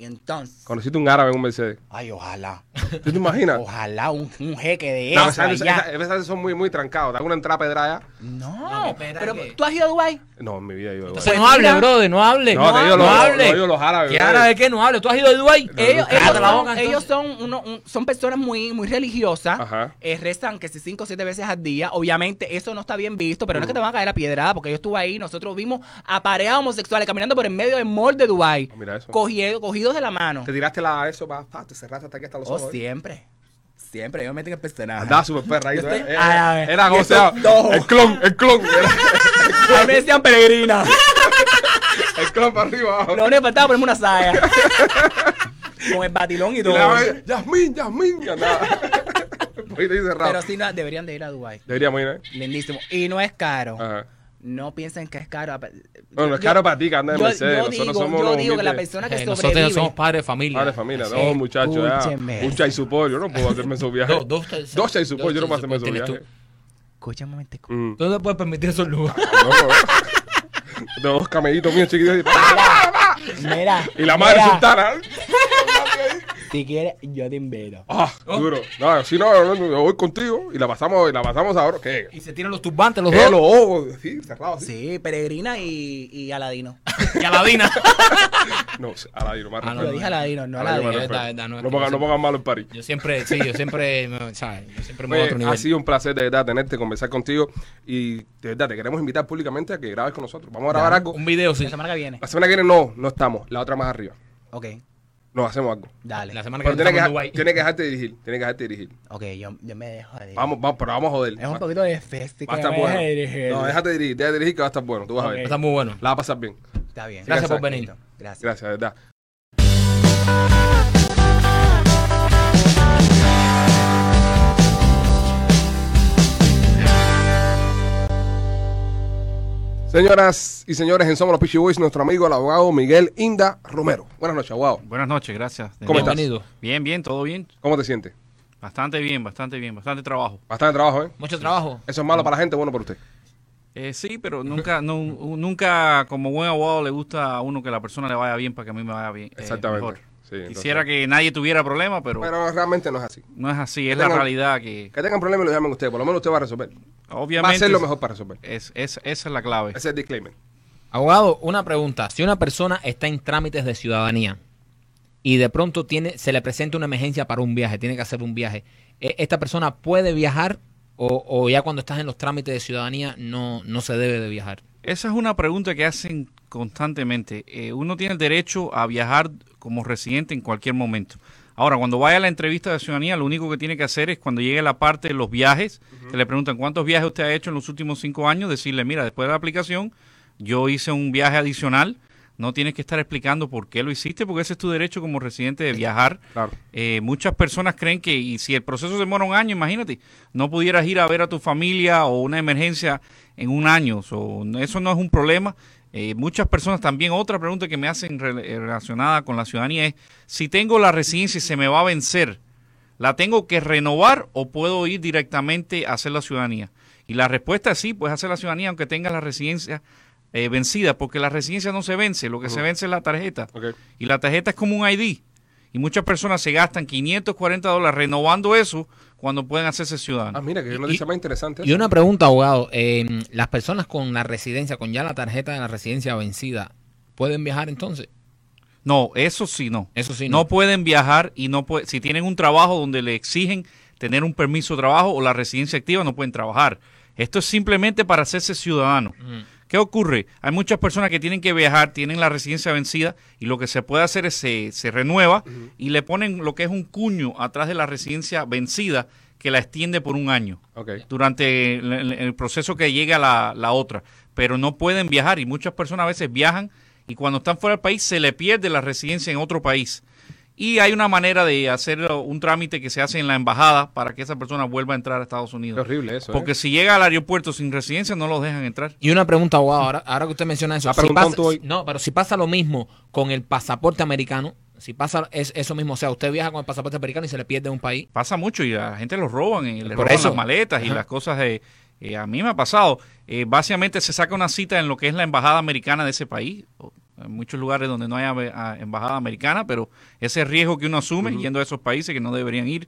S4: Y entonces,
S1: Conociste un árabe en un Mercedes.
S4: ay, ojalá,
S1: ¿Tú te imaginas?
S4: ojalá un, un jeque de
S1: No,
S4: eso.
S1: esas, esas- esas son muy, muy trancados. ¿Te hago una entrada pedrada?
S4: No,
S3: No, pero
S4: pero
S3: que-
S4: tú has ido a Dubái.
S1: No, en mi vida yo.
S3: Entonces, no hable, brother, no hable.
S1: No, te digo los-
S3: hable.
S1: lo digo los árabes,
S3: ¿Qué
S1: brother.
S3: árabe qué? No hable. ¿Tú has ido a Dubái?
S1: No,
S6: Ellos,
S1: no,
S6: ellos
S3: Cállate la
S6: son,
S3: boca, entonces.
S6: ellos son uno- un- son personas muy, muy religiosas.
S1: Ajá.
S4: Eh,
S6: rezan que si cinco o siete veces al día, obviamente eso no está bien visto, pero no
S1: Mm.
S6: es que te van a caer a piedrada, porque yo estuve ahí, nosotros vimos a parejas homosexuales caminando por el medio del mall de Dubai,
S1: Ah, mira eso.
S6: cogido, cogidos de la mano.
S1: Te tiraste la eso, pa, pa, te cerraste hasta aquí hasta los
S4: Oh,
S1: ojos. ¿eh?
S4: siempre. Siempre, yo me tengo el personaje.
S1: Andaba súper perra ahí.
S4: Yo
S1: ¿eh?
S4: estoy-
S1: Era,
S4: árabe.
S1: era
S4: Y estos
S1: goceado.
S4: dos.
S1: El clon, el clon.
S4: A mí me decían peregrina.
S1: el clon para arriba abajo.
S6: Lo único que faltaba ponerme una saya.
S4: Con el batilón y
S1: Y
S4: todo.
S1: la vaina, Yasmín, Yasmín. Y andaba. Por ahí te dice rap.
S4: Pero sí, no, deberían de ir a Dubái.
S1: Deberíamos ir, ¿eh?
S4: Lindísimo. Y no es caro.
S1: Ajá.
S4: No piensen que es
S6: Ah,
S4: caro. Apa-
S1: Ah. No, no es
S4: yo-
S1: caro para ti que andas en
S4: Yo,
S1: Mercedes.
S4: yo
S1: Nosotros
S4: digo,
S1: somos
S4: yo
S1: unos
S4: digo que la
S1: humildes
S4: persona que
S3: Eh,
S4: sobrevive.
S3: nosotros somos padres de familia.
S1: Padre, familia,
S3: Sí.
S1: no, muchachos, ya.
S4: escúcheme.
S1: Un chai support, yo no puedo hacerme esos viajes.
S3: Dos, dos, dos,
S1: Dos chai support, yo no puedo
S3: dos
S1: hacerme esos
S3: tienes tú.
S1: viajes.
S4: Escúchame un momentico.
S1: Mm.
S3: Tú no te puedes permitir esos lugares.
S1: No, no. De dos camellitos míos chiquitos. Y,
S4: Mira.
S1: y la madre
S4: mira,
S1: sultana.
S4: Si quieres, yo te invito.
S1: Ah, duro. No, si no, no, no, yo voy contigo y la pasamos, y la pasamos ahora. ¿Qué?
S3: Y se tiran los turbantes los
S1: ¿Qué?
S3: dos.
S1: Los ojos, sí, cerrados. Sí.
S4: Sí, peregrina y, y Aladino.
S3: Y a la Dina.
S1: No, a la Dino, más
S3: Ah, no,
S1: respeto.
S4: Lo dije Aladino, no eh,
S1: A la Dino,
S4: Aladino.
S1: más
S3: verdad,
S1: respeto.
S3: verdad, no, es
S1: No
S3: que
S1: pongan
S3: no
S1: no
S3: se-
S1: pongan malo en París.
S3: Yo siempre, sí, yo siempre, me- ¿sabes? Yo siempre me voy a
S1: Oye,
S3: otro
S1: Pues, ha
S3: nivel.
S1: sido un placer de verdad tenerte, conversar contigo y de verdad te queremos invitar públicamente a que grabes con nosotros. Vamos a grabar algo.
S3: Un video, sí.
S4: La semana que viene.
S1: La semana que viene no, no estamos. La otra más arriba.
S4: Ok,
S1: Nos hacemos algo.
S4: dale.
S3: La semana que
S1: Pero
S3: viene
S1: tienes que,
S3: estamos en
S1: dejar-
S3: Dubái.
S1: tienes que dejarte dirigir. Tienes que dejarte dirigir.
S4: Ok, yo, yo me dejo de
S1: Vamos, vamos, pero vamos a joder.
S4: Eh. Es un
S1: Va-
S4: poquito de festi
S1: Va a
S4: que
S1: estar
S4: me deje de
S1: bueno.
S4: dirigir.
S1: No, déjate dirigir, déjate dirigir que va a estar bueno. Tú vas
S4: Ok.
S1: a ver.
S3: Está muy bueno.
S1: La va a pasar bien.
S4: Está bien.
S3: Gracias por
S1: Gracias.
S3: venir.
S4: Gracias.
S1: Gracias, de verdad. Señoras y señores, en Somos los Pichi Boys, nuestro amigo el abogado Miguel Inda Romero. Buenas noches, abogado.
S5: Buenas noches, gracias.
S1: ¿Cómo estás?
S3: Bienvenido.
S5: Bien, bien, todo bien.
S1: ¿Cómo te sientes?
S5: Bastante bien, bastante bien, bastante trabajo.
S1: Bastante trabajo, ¿eh?
S3: Mucho trabajo.
S1: Eso es malo para la gente, bueno para usted.
S5: Eh, sí, pero nunca, no, nunca como buen abogado le gusta a uno que la persona le vaya bien para que a mí me vaya bien. eh,
S1: Exactamente.
S5: mejor.
S1: Sí, entonces-
S5: Quisiera que nadie tuviera problemas, pero,
S1: Pero realmente no es así.
S5: no es así, es
S1: tengan-
S5: la realidad que
S1: Que tengan problemas y lo llamen ustedes. Por lo menos usted va a resolver. Va
S5: obviamente
S1: a hacer lo mejor para resolver.
S5: Es, es- esa es la clave.
S1: Ese es el disclaimer.
S3: Abogado, una pregunta. Si una persona está en trámites de ciudadanía y de pronto tiene, se le presenta una emergencia para un viaje, tiene que hacer un viaje, ¿e- ¿esta persona puede viajar o, o ya cuando estás en los trámites de ciudadanía no, no se debe de viajar?
S5: Esa es una pregunta que hacen constantemente. Eh, uno tiene el derecho a viajar como residente en cualquier momento. Ahora, cuando vaya a la entrevista de ciudadanía, lo único que tiene que hacer es cuando llegue la parte de los viajes, que le preguntan cuántos viajes usted ha hecho en los últimos cinco años, decirle, mira, después de la aplicación, yo hice un viaje adicional. No tienes que estar explicando por qué lo hiciste, porque ese es tu derecho como residente de viajar.
S1: Claro.
S5: Eh, muchas personas creen que y si el proceso se demora un año, imagínate, no pudieras ir a ver a tu familia o una emergencia en un año. So, no- eso no es un problema. Eh, muchas personas también, otra pregunta que me hacen rel- eh, relacionada con la ciudadanía es, si tengo la residencia y se me va a vencer, ¿la tengo que renovar o puedo ir directamente a hacer la ciudadanía? Y la respuesta es sí, puedes hacer la ciudadanía aunque tengas la residencia eh, vencida, porque la residencia no se vence, lo que se vence es la tarjeta.
S1: Ok.
S5: Y la tarjeta es como un ID. Y muchas personas se gastan 540 dólares renovando eso cuando pueden hacerse ciudadanos.
S1: Ah, mira, que
S3: Y-
S1: noticia
S3: y-
S1: más interesante.
S3: Y una pregunta, abogado. eh, ¿Las personas con la residencia, con ya la tarjeta de la residencia vencida, pueden viajar entonces?
S5: No, eso sí no.
S3: Eso sí,
S5: no.
S3: no.
S5: pueden viajar y no puede, si tienen un trabajo donde le exigen tener un permiso de trabajo o la residencia activa no pueden trabajar. Esto es simplemente para hacerse ciudadano. ¿Qué ocurre? Hay muchas personas que tienen que viajar, tienen la residencia vencida y lo que se puede hacer es se, se renueva y le ponen lo que es un cuño atrás de la residencia vencida que la extiende por un año.
S1: Ok.
S5: durante el, el- el proceso que llega la, la otra, pero no pueden viajar y muchas personas a veces viajan y cuando están fuera del país se le pierde la residencia en otro país. Y hay una manera de hacer un trámite que se hace en la embajada para que esa persona vuelva a entrar a Estados
S1: Es
S5: Unidos.
S1: horrible eso. ¿eh?
S5: Porque si llega al aeropuerto sin residencia no los dejan entrar.
S3: Y una pregunta, abogado, ahora, ahora que usted menciona eso.
S1: Ah, preguntón
S3: pasa-
S1: tú hoy.
S3: No, pero si pasa lo mismo con el pasaporte americano, si pasa es, eso mismo, o sea, usted viaja con el pasaporte americano y se le pierde un país.
S5: Pasa mucho y a la gente los roban y le
S3: Por
S5: roban
S3: eso.
S5: las maletas y
S3: Ajá.
S5: las cosas de... eh, a mí me ha pasado. Eh, básicamente se saca una cita en lo que es la embajada americana de ese país. en muchos lugares donde no hay ave- a- embajada americana, pero ese riesgo que uno asume yendo a esos países que no deberían ir.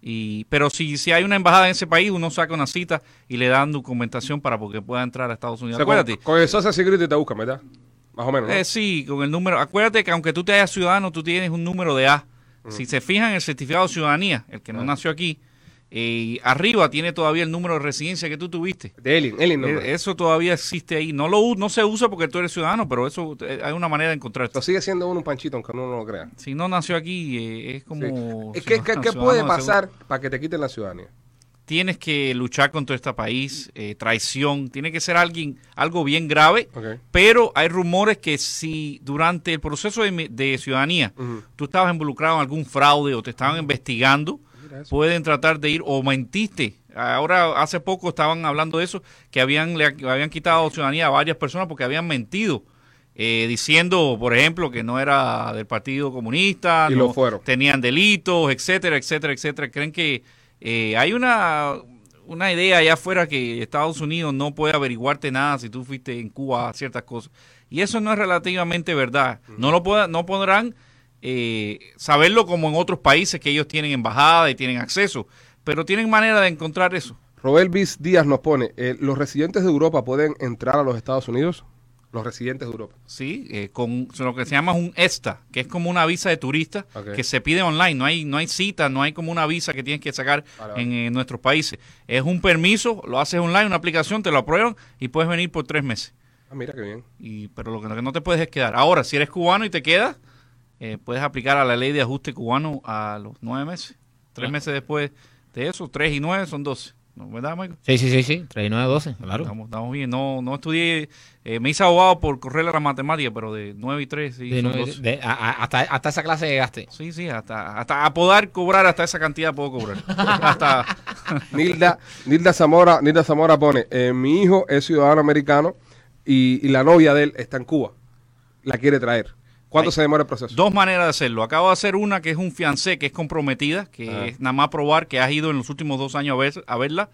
S5: Y, pero si, si hay una embajada en ese país, uno saca una cita y le dan documentación para porque pueda entrar a Estados
S1: O
S5: Unidos.
S1: sea, con,
S5: Acuérdate.
S1: con el Social Security te buscan, ¿verdad? Más o menos. ¿no?
S5: Eh, sí, con el número. Acuérdate que aunque tú te hayas ciudadano, tú tienes un número de A.
S1: Mm.
S5: Si se fijan en el certificado de ciudadanía, el que no nació aquí, eh, arriba tiene todavía el número de residencia que tú tuviste.
S1: De Elin, Elin no.
S5: Eh, Eso todavía existe ahí. No lo u- no se usa porque tú eres ciudadano, pero eso eh, hay una manera de encontrarte.
S1: Lo sigue siendo uno un panchito, aunque uno no lo crea.
S5: Si no nació aquí, eh, es
S1: Sí.
S5: como.
S1: ¿Qué, qué-
S5: ciudadano-
S1: qué
S5: ciudadano
S1: puede
S5: de
S1: pasar para que te quiten la ciudadanía?
S5: tienes que luchar contra este país, eh, traición, tiene que ser alguien, algo bien grave,
S1: Ok.
S5: pero hay rumores que si durante el proceso de, mi- de ciudadanía
S1: Ujú.
S5: tú estabas involucrado en algún fraude o te estaban investigando, pueden tratar de ir o mentiste. Ahora, hace poco estaban hablando de eso, que habían, le habían quitado ciudadanía a varias personas porque habían mentido. eh, diciendo, por ejemplo, que no era del Partido Comunista,
S1: Y
S5: no
S1: lo fueron.
S5: tenían delitos, etcétera, etcétera, etcétera. Creen que eh, hay una, una idea allá afuera que Estados Unidos no puede averiguarte nada si tú fuiste en Cuba a ciertas cosas. Y eso no es relativamente verdad. No lo pueda- no podrán eh, saberlo como en otros países que ellos tienen embajada y tienen acceso, pero tienen manera de encontrar eso.
S1: Roelvis Díaz nos pone, eh, ¿los residentes de Europa pueden entrar a los Estados Unidos? Los residentes de Europa.
S5: Sí, eh, con lo que se llama un ESTA, que es como una visa de turista
S1: Ok.
S5: que se pide online. No hay, no hay cita, no hay como una visa que tienes que sacar
S1: Vale, vale.
S5: en, eh, nuestros países. Es un permiso, lo haces online, una aplicación, te lo aprueban y puedes venir por tres meses.
S1: Ah, mira qué bien.
S5: Y, pero lo que, lo que no te puedes es quedar. Ahora, si eres cubano y te quedas, eh, puedes aplicar a la ley de ajuste cubano a los nueve meses. Tres meses después de eso, tres y nueve son doce. ¿No, ¿Verdad, Michael?
S3: Sí, sí, sí, sí. 39 12, claro.
S5: Estamos, estamos bien. No, no estudié, eh, me hice abogado por correr la matemática, pero de nueve y tres sí,
S3: De
S5: son
S3: nueve-
S5: 12.
S3: de- a- a- hasta, hasta esa clase llegaste.
S5: Sí, sí, hasta, hasta a poder cobrar hasta esa cantidad puedo cobrar. hasta
S1: Nilda, Nilda Zamora, Nilda Zamora pone, eh, mi hijo es ciudadano americano y, y la novia de él está en Cuba. La quiere traer. ¿Cuánto
S5: Ay.
S1: se demora el proceso?
S5: dos maneras de hacerlo. Acabo de hacer una que es un fiancé, que es comprometida, que
S1: Ah.
S5: es nada más probar que has ido en los últimos dos años a, ver, a verla,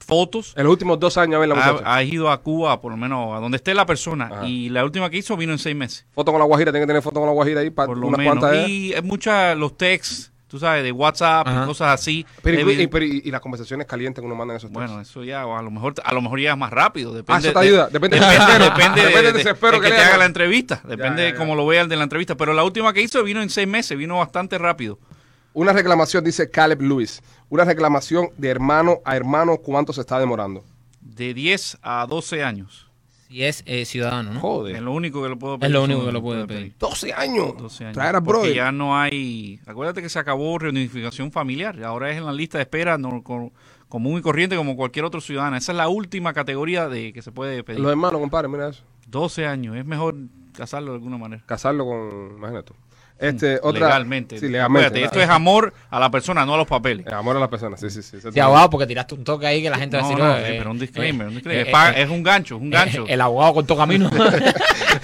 S5: fotos.
S1: En los últimos dos años, a ver la
S5: ha-
S1: muchacha.
S5: has ido a Cuba, por lo menos a donde esté la persona.
S1: Ajá.
S5: Y la última que hizo vino en seis meses.
S1: Foto con la guajira, tiene que tener foto con la guajira ahí para
S5: por lo
S1: Ah, unas
S5: menos.
S1: cuantas ¿eh? de ellas.
S5: Y es mucha los texts, tú sabes, de WhatsApp
S3: Ajá.
S5: y cosas así.
S1: Pero, y,
S5: Evi-
S1: y- pero y- y las conversaciones calientes que uno manda en esos
S5: Bueno,
S1: textos.
S5: eso ya, o a lo mejor, a lo mejor llegas más rápido. Depende,
S1: Ah, eso te
S5: de-
S1: ayuda. Depende del
S5: depende,
S1: desespero.
S5: depende de-
S1: Depende del
S5: de-
S1: desespero
S5: del
S1: que
S5: que,
S1: le
S5: te
S1: haga.
S5: haga la entrevista. Depende
S1: ya,
S5: de
S1: ya.
S5: cómo lo vea el de la entrevista. Pero la última que hizo vino en seis meses, vino bastante rápido.
S1: Una reclamación, dice Caleb Lewis. Una reclamación de hermano a hermano, ¿cuánto se está demorando?
S5: De 10 a 12 años.
S3: Si es eh, ciudadano, ¿no?
S5: Es
S1: Joder.
S5: lo único que lo puedo
S3: Es
S5: pedir.
S3: lo único
S5: Son-
S3: que lo puede pedir.
S1: 12 años.
S5: 12 años.
S1: Traer a
S5: Porque
S1: brother.
S5: ya no hay. Acuérdate que se acabó reunificación familiar. Ahora es en la lista de espera no- co- común y corriente como cualquier otro ciudadano. Esa es la última categoría de que se puede pedir.
S1: Los hermanos, compadre, mira eso.
S5: 12 años. Es mejor casarlo de alguna manera.
S1: Casarlo con, imagínate tú. Este, otra,
S5: Mm, legalmente.
S1: Sí, legalmente.
S5: Acuérdate, esto
S1: ¿verdad?
S5: es amor a la persona, no a los papeles.
S1: Eh, Amor a las personas, sí, sí, sí.
S3: Sí, abogado, porque tiraste un toque ahí que la gente va a
S5: No,
S3: decir.
S5: no,
S3: oh,
S5: eh,
S3: eh,
S5: pero un
S3: eh,
S5: disclaimer, un disclaimer.
S3: eh,
S5: Pa-
S3: eh,
S5: es un gancho, es un gancho.
S3: El abogado cortó camino.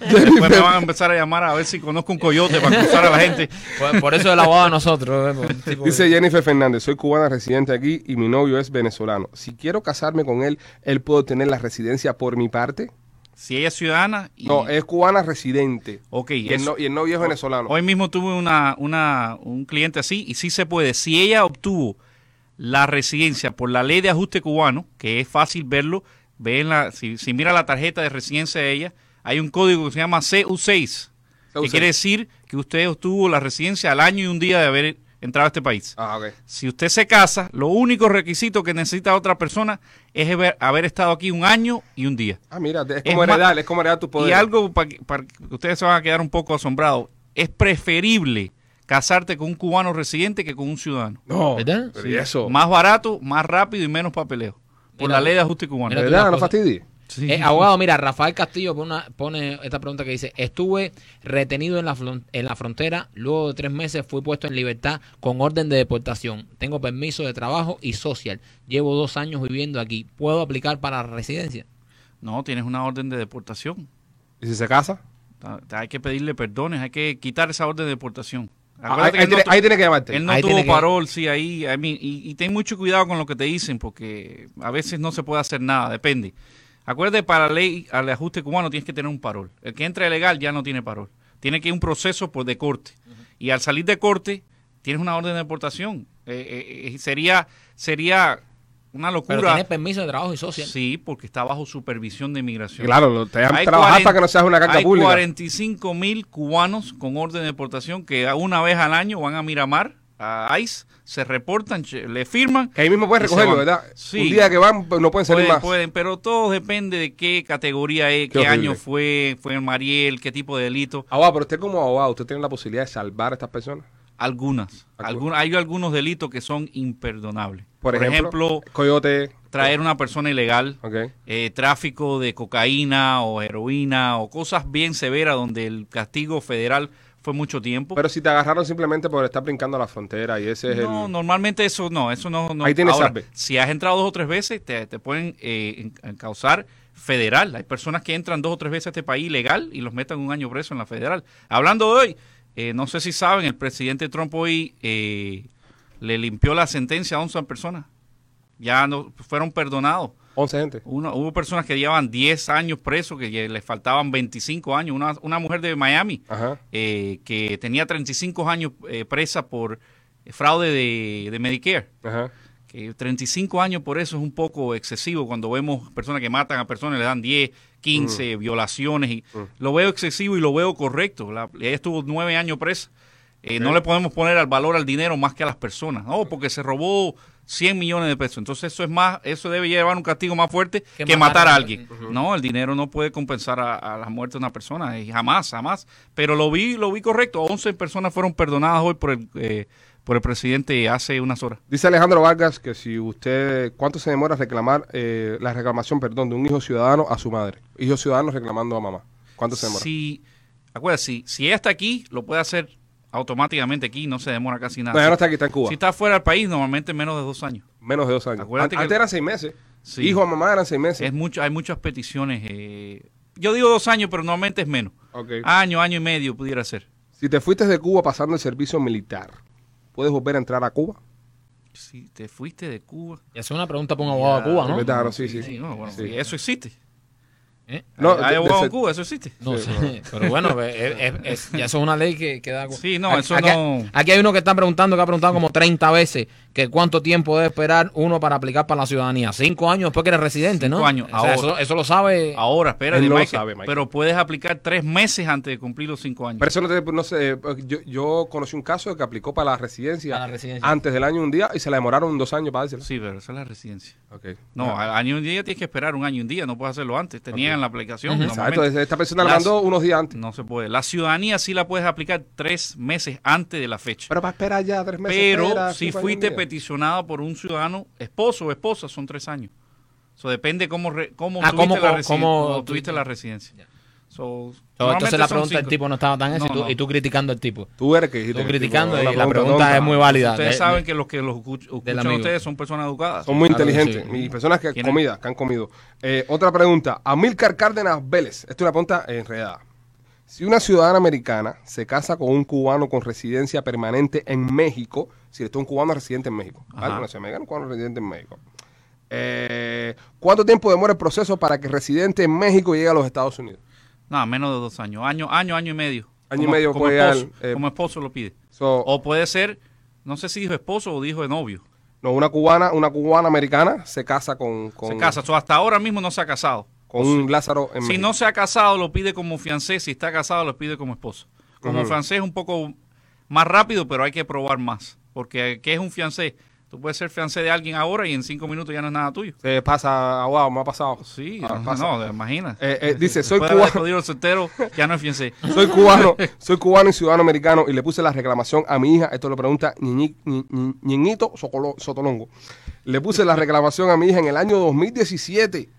S5: Después me van a empezar a llamar a ver si conozco un coyote para cruzar a la gente.
S3: por, por eso el abogado de nosotros. eh, por- tipo-
S1: Dice Jennifer Fernández, soy cubana residente aquí y mi novio es venezolano. Si quiero casarme con él, ¿él puedo tener la residencia por mi parte?
S5: Si ella es ciudadana y...
S1: No, es cubana residente.
S5: Ok,
S1: Y el,
S5: eso-
S1: no- y el novio es venezolano.
S5: Hoy mismo tuve una, una, un cliente así y sí se puede. Si ella obtuvo la residencia por la ley de ajuste cubano, que es fácil verlo, ve en la, si, si mira la tarjeta de residencia de ella, hay un código que se llama CU6, que
S1: CU6.
S5: quiere decir que usted obtuvo la residencia al año y un día de haber entrado a este país.
S1: Ah, ok.
S5: Si usted se casa, lo único requisito que necesita otra persona es haber, haber estado aquí un año y un día.
S1: Ah, mira, es
S5: Es
S1: como
S5: más-
S1: heredar, es como heredar tu poder.
S5: Y algo para que, para que ustedes se van a quedar un poco asombrados, es preferible casarte con un cubano residente que con un ciudadano.
S1: No,
S3: ¿Verdad?
S1: pero ¿y eso?
S5: Más barato, más rápido y menos papeleo. Por
S3: Mira,
S5: la ley de ajuste cubano.
S1: ¿De
S3: mira tú
S1: verdad?
S3: una
S1: ¿No
S3: cosa.
S1: fastidies?
S5: Sí.
S3: Eh, abogado, mira, Rafael Castillo pone, una- pone esta pregunta que dice, estuve retenido en la, flon- en la frontera, luego de tres meses fui puesto en libertad con orden de deportación, tengo permiso de trabajo y social, llevo dos años viviendo aquí, ¿puedo aplicar para residencia?
S5: No, tienes una orden de deportación.
S1: ¿Y si se casa?
S5: Ta- ta- Hay que pedirle perdones, hay que quitar esa orden de deportación.
S1: Ah,
S5: Acuérdate
S1: ahí, ahí
S5: que no
S1: tiene,
S5: tu-
S1: ahí tiene que llamarte.
S5: Él no
S3: Ahí
S5: tuvo
S3: tiene que-
S5: parol, sí, ahí. I mean, y, y ten mucho cuidado con lo que te dicen, porque a veces no se puede hacer nada, depende. Acuérdate, para la ley, al ajuste cubano tienes que tener un parol. El que entra ilegal ya no tiene parol. Tiene que ir un proceso por de corte. Y al salir de corte, tienes una orden de deportación. Eh, eh, eh, sería, sería una
S3: Pero
S5: locura.
S3: tiene permiso de trabajo y social.
S5: Sí, porque está bajo supervisión de inmigración.
S1: Claro, lo- te dejan
S5: Hay
S1: trabajar
S5: cuaren-
S1: hasta que no seas una carta
S5: hay
S1: pública.
S5: 45 mil cubanos con orden de deportación que una vez al año van a Miramar, a ICE, se reportan, che- le firman.
S1: Que ahí mismo puedes
S5: y se
S1: recogerlo,
S5: van.
S1: ¿verdad?
S5: Sí.
S1: Un día que van, pues, no pueden salir
S5: Pueden,
S1: más.
S5: pueden, pero todo depende de qué categoría es,
S1: Qué
S5: qué,
S1: horrible.
S5: año fue, fue en Mariel, qué tipo de delito.
S1: Abogado, pero usted como abogado, ¿usted tiene la posibilidad de salvar a estas personas?
S5: Algunas.
S1: Algu-
S5: Algun- hay algunos delitos que son imperdonables.
S1: Por, ejemplo, coyote,
S5: traer una persona ilegal,
S1: ok,
S5: eh, tráfico de cocaína o heroína o cosas bien severas donde el castigo federal fue mucho tiempo.
S1: Pero si te agarraron simplemente por estar brincando a la frontera y ese este es
S5: no,
S1: el...
S5: normalmente eso no, eso no. no.
S1: Ahí tienes
S5: Ahora,
S1: salve.
S5: si has entrado dos o tres veces, te, te pueden eh, en- encauzar federal. Hay personas que entran dos o tres veces a este país ilegal y los meten un año preso en la federal. Hablando de hoy, eh, no sé si saben, el presidente Trump hoy eh, le limpió la sentencia a 11 personas. Ya no fueron perdonados.
S1: 11 gente.
S5: Uno- hubo personas que llevaban 10 años presos, que ya les faltaban 25 años. Una, una mujer de Miami
S1: Ajá.
S5: eh, que tenía 35 años eh, presa por fraude de, de Medicare.
S1: Ajá.
S5: Que 35 años por eso es un poco excesivo cuando vemos personas que matan a personas, le dan 10, 15 violaciones. Y Lo veo excesivo y lo veo correcto. La- ella estuvo 9 años presa. Eh, No le podemos poner al valor al dinero más que a las personas. No, porque se robó 100 millones de pesos. Entonces eso es más, eso debe llevar un castigo más fuerte
S3: Que
S5: que,
S3: matar
S5: matar
S3: a
S5: a
S3: alguien.
S5: alguien. No, el dinero no puede compensar a, a la muerte de una persona, y jamás, jamás. Pero lo vi, lo vi correcto. 11 personas fueron perdonadas hoy por el, eh, por el presidente hace unas horas.
S1: Dice Alejandro Vargas que si usted, ¿cuánto se demora reclamar eh, la reclamación, perdón, de un hijo ciudadano a su madre? Hijo ciudadano reclamando a mamá. ¿Cuánto se demora?
S5: Si, acuérdate, si, si ella está aquí, lo puede hacer automáticamente aquí, no se demora casi nada.
S1: No, ya no está aquí, está en Cuba.
S5: Si está fuera del país, normalmente menos de dos años.
S1: Menos de dos años.
S5: Acuérdate
S1: An-
S5: que-
S1: Antes eran seis meses.
S5: Sí.
S1: Hijo a mamá eran seis meses.
S5: Es mucho, hay muchas peticiones. eh, yo digo dos años, pero normalmente es menos.
S1: Ok.
S5: Año, año y medio pudiera ser.
S1: Si te fuiste de Cuba pasando el servicio militar, ¿puedes volver a entrar a Cuba?
S5: Si te fuiste de Cuba.
S3: Y hacer una pregunta para un abogado de Cuba,
S1: Es
S3: ¿no?
S1: verdad, no, sí, sí.
S5: Sí, no, bueno,
S1: Sí.
S5: Eso existe.
S3: ¿Eh?
S1: No,
S5: hay
S1: de-
S5: abogados
S1: de-
S5: en Cuba, eso existe.
S3: No sé, pero bueno, es- es- es- ya eso es una ley que, que da...
S5: Sí, no,
S3: Aquí-
S5: eso
S3: aquí,
S5: no-
S3: Aquí hay uno que está preguntando, que ha preguntado como 30 veces, que cuánto tiempo debe esperar uno para aplicar para la ciudadanía. Cinco años después que eres residente, ¿no?
S5: Cinco años,
S3: O sea,
S5: ahora.
S3: eso, eso lo sabe...
S5: Ahora, espérate,
S1: Él no lo
S5: Michael,
S1: sabe, Michael.
S5: Pero puedes aplicar tres meses antes de cumplir los cinco años.
S1: Pero eso no, te- no sé, eh, yo, yo conocí un caso de que aplicó para la residencia,
S3: Para la residencia.
S1: antes del año un día y se la demoraron dos años para dársela.
S5: sí, pero esa es la residencia.
S1: Ok.
S5: No,
S1: Ah.
S5: al año y un día tienes que esperar un año y un día, no puedes hacerlo antes. Tenían la aplicación.
S1: Exacto,
S5: normalmente.
S1: esta persona la
S5: Las-
S1: mandó unos días antes.
S5: No se puede. La ciudadanía sí la puedes aplicar tres meses antes de la fecha.
S1: Pero para esperar ya tres meses.
S5: Pero
S1: espera,
S5: si
S1: cinco años,
S5: fuiste
S1: un día.
S5: peticionado por un ciudadano, esposo o esposa, son tres años. Eso depende cómo, re- cómo,
S3: Ah,
S5: tuviste,
S3: cómo-
S5: la resi-
S3: cómo
S5: cómo
S3: tú-
S5: tuviste la residencia. So,
S3: No,
S5: normalmente
S3: entonces la
S5: son
S3: pregunta del
S5: cinco.
S3: tipo no estaba tan eso
S5: No,
S3: y, tú,
S5: no.
S3: y tú criticando al tipo.
S1: Tú eres que dijiste
S3: Tú
S1: que
S3: criticando
S1: tipo,
S3: y
S1: una
S3: la pregunta
S1: tonta.
S3: es muy válida.
S5: Ustedes
S3: De-
S5: saben
S3: de-
S5: que los que los escuch- escuchan a
S3: amigo.
S5: ustedes son personas educadas.
S1: Son muy
S3: Claro,
S1: inteligentes.
S3: sí.
S1: Y personas que
S5: ¿Quién es?
S1: comida, que han comido. Eh, otra pregunta. Amilcar Cárdenas Vélez. Esto es una pregunta enredada. Si una ciudadana americana se casa con un cubano con residencia permanente en México, si esto es un cubano residente en México, ¿vale?
S5: Ajá.
S1: Una ciudadana americana, un cubano residente en México. Eh, ¿Cuánto tiempo demora el proceso para que residente en México llegue a los Estados Unidos?
S5: No, menos de dos años. Año, año, año y medio.
S1: Año y medio puede llegar,
S5: esposo,
S1: eh,
S5: como esposo lo pide.
S1: So,
S5: O puede ser, no sé si dijo esposo o dijo de novio.
S1: no, una cubana, una cubana americana se casa con, con-
S5: se casa. So, hasta ahora mismo no se ha casado.
S1: con un Lázaro en
S5: Si
S1: México.
S5: no se ha casado, lo pide como fiancé. Si está casado, lo pide como esposo. Como
S1: Ujú.
S5: fiancé es un poco más rápido, pero hay que probar más. Porque, ¿qué es un fiancé? Tú puedes ser fiancé de alguien ahora y en cinco minutos ya no es nada tuyo.
S1: Se pasa, wow, me ha pasado.
S5: Sí,
S1: Ah,
S5: no,
S1: pasa.
S5: no, imagina.
S1: Eh, eh, dice, soy
S5: Después de haber
S1: cubano.
S5: jodido el soltero, ya no es fiancé.
S1: Soy cubano, soy cubano y ciudadano americano y le puse la reclamación a mi hija. Esto lo pregunta Ñiñi- Ñi- Ñi- Ñiñito Socolo- Sotolongo. Le puse la reclamación a mi hija en el año 2017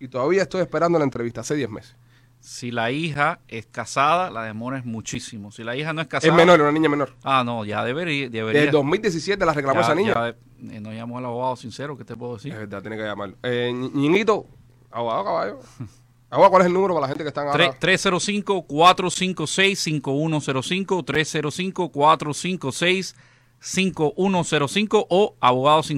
S1: y todavía estoy esperando la entrevista hace 10 meses.
S5: Si la hija es casada, la demora es muchísimo. Si la hija no es
S1: Es
S5: casada.
S1: menor, una niña menor.
S5: Ah, no, ya debería. debería.
S1: Desde 2017 la reclamó
S5: Ya-
S1: esa niña.
S5: ya, eh, no llamó al abogado sincero, ¿qué te puedo
S1: Es
S5: decir?
S1: verdad, tiene que llamarlo. Eh, Ñi- Ñiñito, abogado caballo. Abogado, ¿cuál es el número para la gente que están ahora?
S5: Tre- 305-456-5105, 305-456-5105. 5105 o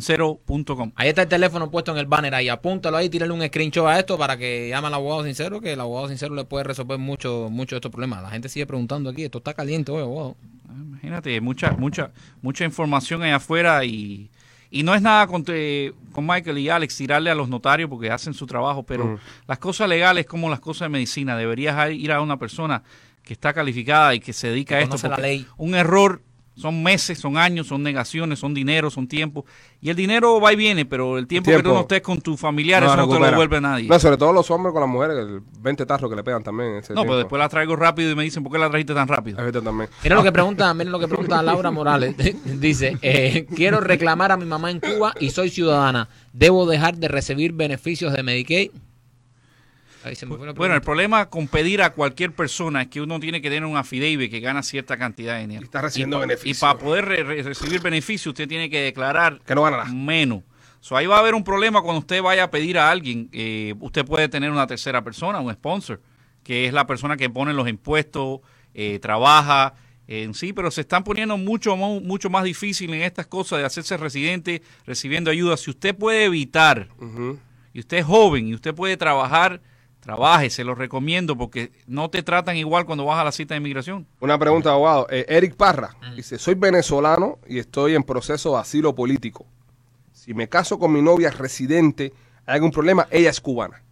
S5: abogadosincero.com.
S3: Ahí está el teléfono puesto en el banner ahí. Apúntalo ahí, tírale un screenshot a esto para que llame al abogado sincero, que el abogado sincero le puede resolver mucho, mucho de estos problemas. La gente sigue preguntando aquí, esto está caliente hoy, abogado.
S5: Imagínate, mucha, mucha, mucha información allá afuera y, y no es nada con, eh, con Michael y Alex tirarle a los notarios porque hacen su trabajo, pero
S1: Mm.
S5: las cosas legales como las cosas de medicina, deberías a- ir a una persona que está calificada y que se dedica a
S3: Que
S5: esto.
S3: conoce la
S5: porque
S3: ley.
S5: Un error son meses, son años, son negaciones, son dinero, son tiempo. Y el dinero va y viene, pero el tiempo, que tú
S1: tiempo.
S5: no estés con tus familiares, eso no te lo
S1: recupera.
S5: devuelve nadie.
S1: No, sobre todo los hombres con las mujeres, el 20 tarros que le pegan también. en Ese
S5: No,
S1: tiempo.
S5: pero después la traigo rápido y me dicen, ¿por qué la trajiste tan rápido?
S1: Es verdad también.
S3: Mira lo que pregunta, mira lo que pregunta Laura Morales. Dice, eh, quiero reclamar a mi mamá en Cuba y soy ciudadana. ¿Debo dejar de recibir beneficios de Medicaid? Ahí se me fue la
S5: Bueno, el
S3: pregunta.
S5: problema con pedir a cualquier persona es que uno tiene que tener un affidavit que gana cierta cantidad de
S1: Y
S5: dinero.
S1: está recibiendo
S5: Y
S1: beneficios.
S5: para poder re- re- recibir beneficio, usted tiene que declarar
S1: Que no gana nada.
S5: menos. So, ahí va a haber un problema cuando usted vaya a pedir a alguien. eh, usted puede tener una tercera persona, un sponsor, que es la persona que pone los impuestos, eh, trabaja en sí, pero se están poniendo mucho, mo- mucho más difícil en estas cosas de hacerse residente, recibiendo ayuda. Si usted puede evitar
S1: Ujú.
S5: y usted es joven y usted puede trabajar, trabaje, se lo recomiendo porque no te tratan igual cuando vas a la cita de inmigración.
S1: Una pregunta, abogado. Eh, Eric Parra
S5: Mm.
S1: dice: Soy venezolano y estoy en proceso de asilo político. Si me caso con mi novia residente, ¿hay algún problema? Ella es cubana.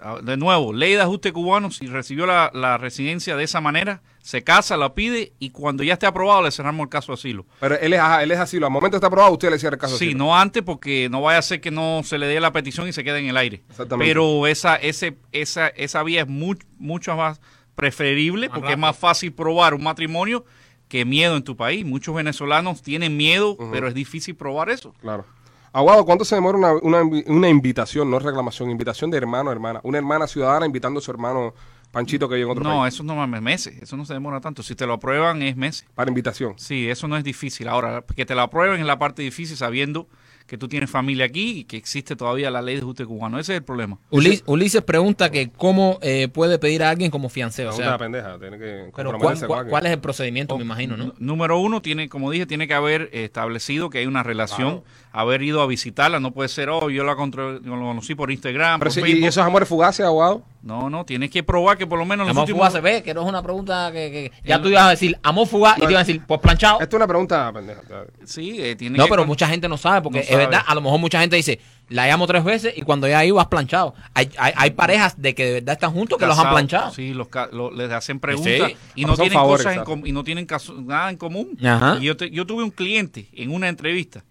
S5: Ah, De nuevo, ley de ajuste cubano, si recibió la, la residencia de esa manera, se casa, la pide y cuando ya esté aprobado le cerramos el caso de asilo.
S1: Pero él es, ajá, él es asilo. Al momento está aprobado, usted le cierra el caso. de
S5: Sí,
S1: asilo.
S5: no antes porque no vaya a ser que no se le dé la petición y se quede en el aire.
S1: Exactamente.
S5: Pero esa, ese, esa, esa vía es mu- mucho más preferible porque es
S3: rápido.
S5: más fácil probar un matrimonio que miedo en tu país. Muchos venezolanos tienen miedo, pero es difícil probar eso.
S1: Claro. Abogado, ¿cuánto se demora una, una invi- una invitación, no reclamación, invitación de hermano hermana? Una hermana ciudadana invitando a su hermano Panchito que vive en otro
S5: No,
S1: país.
S5: eso no es meses, eso no se demora tanto. Si te lo aprueban es meses.
S1: Para invitación.
S5: Sí, eso no es difícil. Ahora, que te lo aprueben es la parte difícil sabiendo que tú tienes familia aquí y que existe todavía la ley de ajuste cubano. Ese es el problema.
S3: Ulis- Ulises pregunta que cómo eh, puede pedir a alguien como fiancé. O
S1: Pregunta
S3: sea,
S1: la pendeja, tiene que
S3: pero ¿cuál,
S1: comprometerse con
S3: cuál-
S1: alguien.
S3: cuál es el procedimiento? Me imagino, ¿no?
S5: Número uno, tiene, como dije, tiene que haber establecido que hay una relación, haber ido a visitarla. No puede ser, oh, yo la contro- yo lo conocí por Instagram,
S1: Pero
S5: por
S1: si- ¿Y
S5: Facebook".
S1: esos amores fugaces, abogado?
S5: No, no, tienes que probar que por lo menos en los
S3: Amor
S5: últimos-
S3: fugaz se ve, que no es una pregunta que, que- ya tú ibas a decir, amor fugaz, y te iban a decir, pues planchado.
S1: Esto es una pregunta pendeja.
S5: Sí, eh, tiene
S3: No,
S5: que
S3: pero
S5: con-
S3: mucha gente no sabe, porque
S5: No
S3: es
S5: sabe.
S3: verdad, a lo mejor mucha gente dice, la llamo tres veces y cuando ya ahí vas planchado. Hay, hay, hay parejas de que de verdad están juntos que los han
S5: casados.
S3: planchado.
S5: Sí, los ca- lo- les hacen preguntas
S3: Sí.
S5: y,
S1: Pero
S5: no
S1: son
S5: tienen
S1: favores,
S5: cosas en
S1: exacto.
S5: com- y no tienen caso- nada en común.
S3: Ajá.
S5: Y yo, te- yo tuve un cliente en una entrevista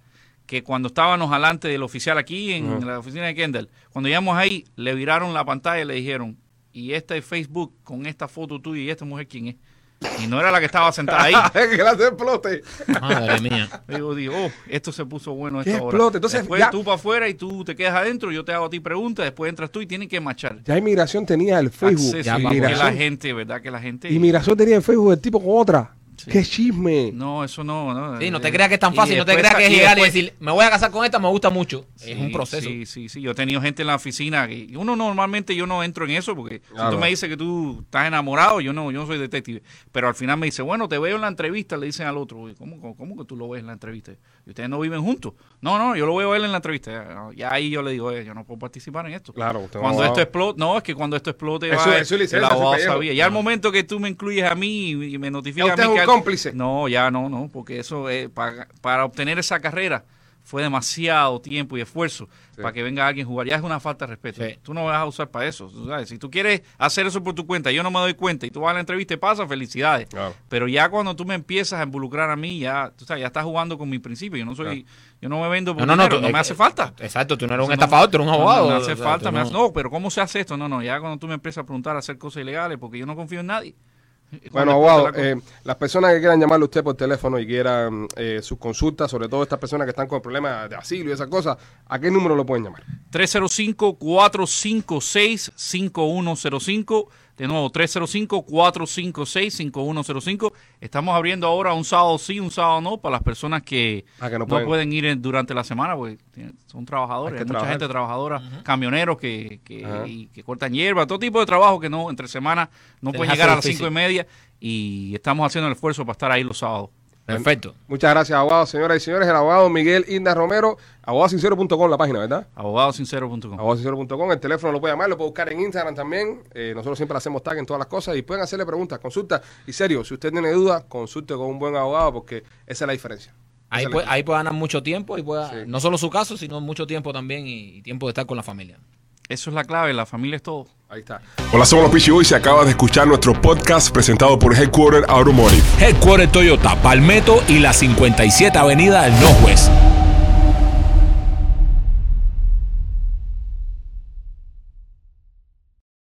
S5: que cuando estábamos alante del oficial aquí en la oficina de Kendall, cuando llegamos ahí, le viraron la pantalla y le dijeron, y esta es Facebook con esta foto tuya y esta mujer quién es. Y no era la que estaba sentada ahí.
S1: que la hace explote.
S3: Madre mía.
S5: Digo, digo, oh, esto se puso bueno a
S1: ¿Qué
S5: esta hora.
S1: explote? Entonces,
S5: después
S1: ya-
S5: tú para afuera y tú te quedas adentro, yo te hago a ti preguntas, después entras tú y tienen que marchar.
S1: Ya inmigración tenía el Facebook.
S5: Acceso,
S3: Ya,
S5: y
S3: vamos.
S5: que la
S1: inmigración,
S5: gente, ¿verdad? Que la gente...
S1: inmigración tenía el Facebook del tipo con otra.
S5: Sí.
S1: ¡Qué chisme!
S5: No, eso no. no
S3: Sí, no
S5: Eh,
S3: te creas que es tan
S5: y
S3: fácil, no te creas
S5: después está-
S3: que es
S5: y
S3: llegar y
S5: después-
S3: decir, me voy a casar con esta, me gusta mucho. es
S5: Sí,
S3: un proceso.
S5: Sí, sí, sí. Yo he tenido gente en la oficina que y uno normalmente yo no entro en eso porque si
S1: Claro.
S5: tú me dices que tú estás enamorado, yo no, yo no soy detective. Pero al final me dice, bueno, te veo en la entrevista, le dicen al otro, "Oye, ¿cómo, cómo, cómo que tú lo ves en la entrevista? Y ustedes no viven juntos. No, no, yo lo veo a él en la entrevista. Ya, no, ya ahí yo le digo, "Oye, yo no puedo participar en esto.
S1: Claro, usted no
S5: Cuando
S1: va-
S5: esto explote, no, es que cuando esto explote,
S1: Es
S5: va
S1: su-
S5: el-
S1: es su licencia,
S5: el
S1: es su
S5: abogado
S1: pellejo.
S5: sabía. Ya al momento que tú me incluyes a mí y, y me notificas
S1: Ya
S5: a
S1: usted
S5: mí
S1: es
S5: que
S1: un
S5: al-
S1: cómplice.
S5: no, ya no, no, porque eso es para, para obtener esa carrera fue demasiado tiempo y esfuerzo
S1: Sí.
S5: para que venga alguien a jugar. Ya es una falta de respeto.
S3: Sí.
S5: Tú no vas a usar para eso. tú sabes. Si tú quieres hacer eso por tu cuenta, yo no me doy cuenta y tú vas a la entrevista y pasa, felicidades.
S1: Claro.
S5: Pero ya cuando tú me empiezas a involucrar a mí, ya tú sabes, ya estás jugando con mi principio. Yo no soy, yo no me vendo por
S3: No, no, no,
S5: dinero,
S3: tú-
S5: no
S3: es
S5: me
S3: que-
S5: hace falta.
S3: Exacto, tú no eres un
S5: No,
S3: estafador, tú eres un
S5: no,
S3: abogado.
S5: No, me
S3: O sea,
S5: hace
S3: tú
S5: falta. me
S3: no-
S5: hace- no, pero ¿cómo se hace esto? No, no, ya cuando tú me empiezas a preguntar a hacer cosas ilegales, porque yo no confío en nadie.
S1: Bueno,
S5: Cuando
S1: abogado,
S5: explota la cosa-
S1: eh, las personas que quieran llamarle a usted por teléfono y quieran eh, sus consultas, sobre todo estas personas que están con problemas de asilo y esas cosas, ¿a qué número lo pueden llamar?
S5: 305-456-5105. De nuevo, 305-456-5105. Estamos abriendo ahora un sábado sí, un sábado no, para las personas que,
S1: Ah, que no
S5: no,
S1: pueden.
S5: pueden. ir en- durante la semana, porque tienen- son trabajadores.
S1: Hay que
S5: Hay, mucha
S1: trabajar.
S5: gente trabajadora, camioneros que, que-
S1: Ajá.
S5: y que cortan hierba, todo tipo de trabajo que no entre semana no
S3: Se
S5: pueden
S3: les hace
S5: llegar a las
S3: difícil.
S5: cinco y media. Y estamos haciendo el esfuerzo para estar ahí los sábados.
S3: Perfecto.
S1: Muchas gracias, abogado, señoras y señores. El abogado Miguel Inda Romero, abogadosincero.com, la página, ¿verdad?
S5: Abogadosincero.com.
S1: abogado.com, el teléfono lo puede llamar, lo puede buscar en Instagram también. Eh, nosotros siempre le hacemos tag en todas las cosas y pueden hacerle preguntas, consultas. Y serio, si usted tiene dudas, consulte con un buen abogado porque esa es la diferencia. Esa
S3: Ahí
S1: es la
S3: puede,
S1: diferencia.
S3: ahí puede ganar mucho tiempo y pueda,
S1: Sí.
S3: no solo su caso, sino mucho tiempo también y, y tiempo de estar con la familia.
S5: Eso es la clave, la familia es todo.
S1: Ahí está.
S7: Hola, somos los Pichi y se acaba de escuchar nuestro podcast presentado por Headquarter Automotive.
S2: Headquarter Toyota, Palmetto y la 57 Avenida del Northwest.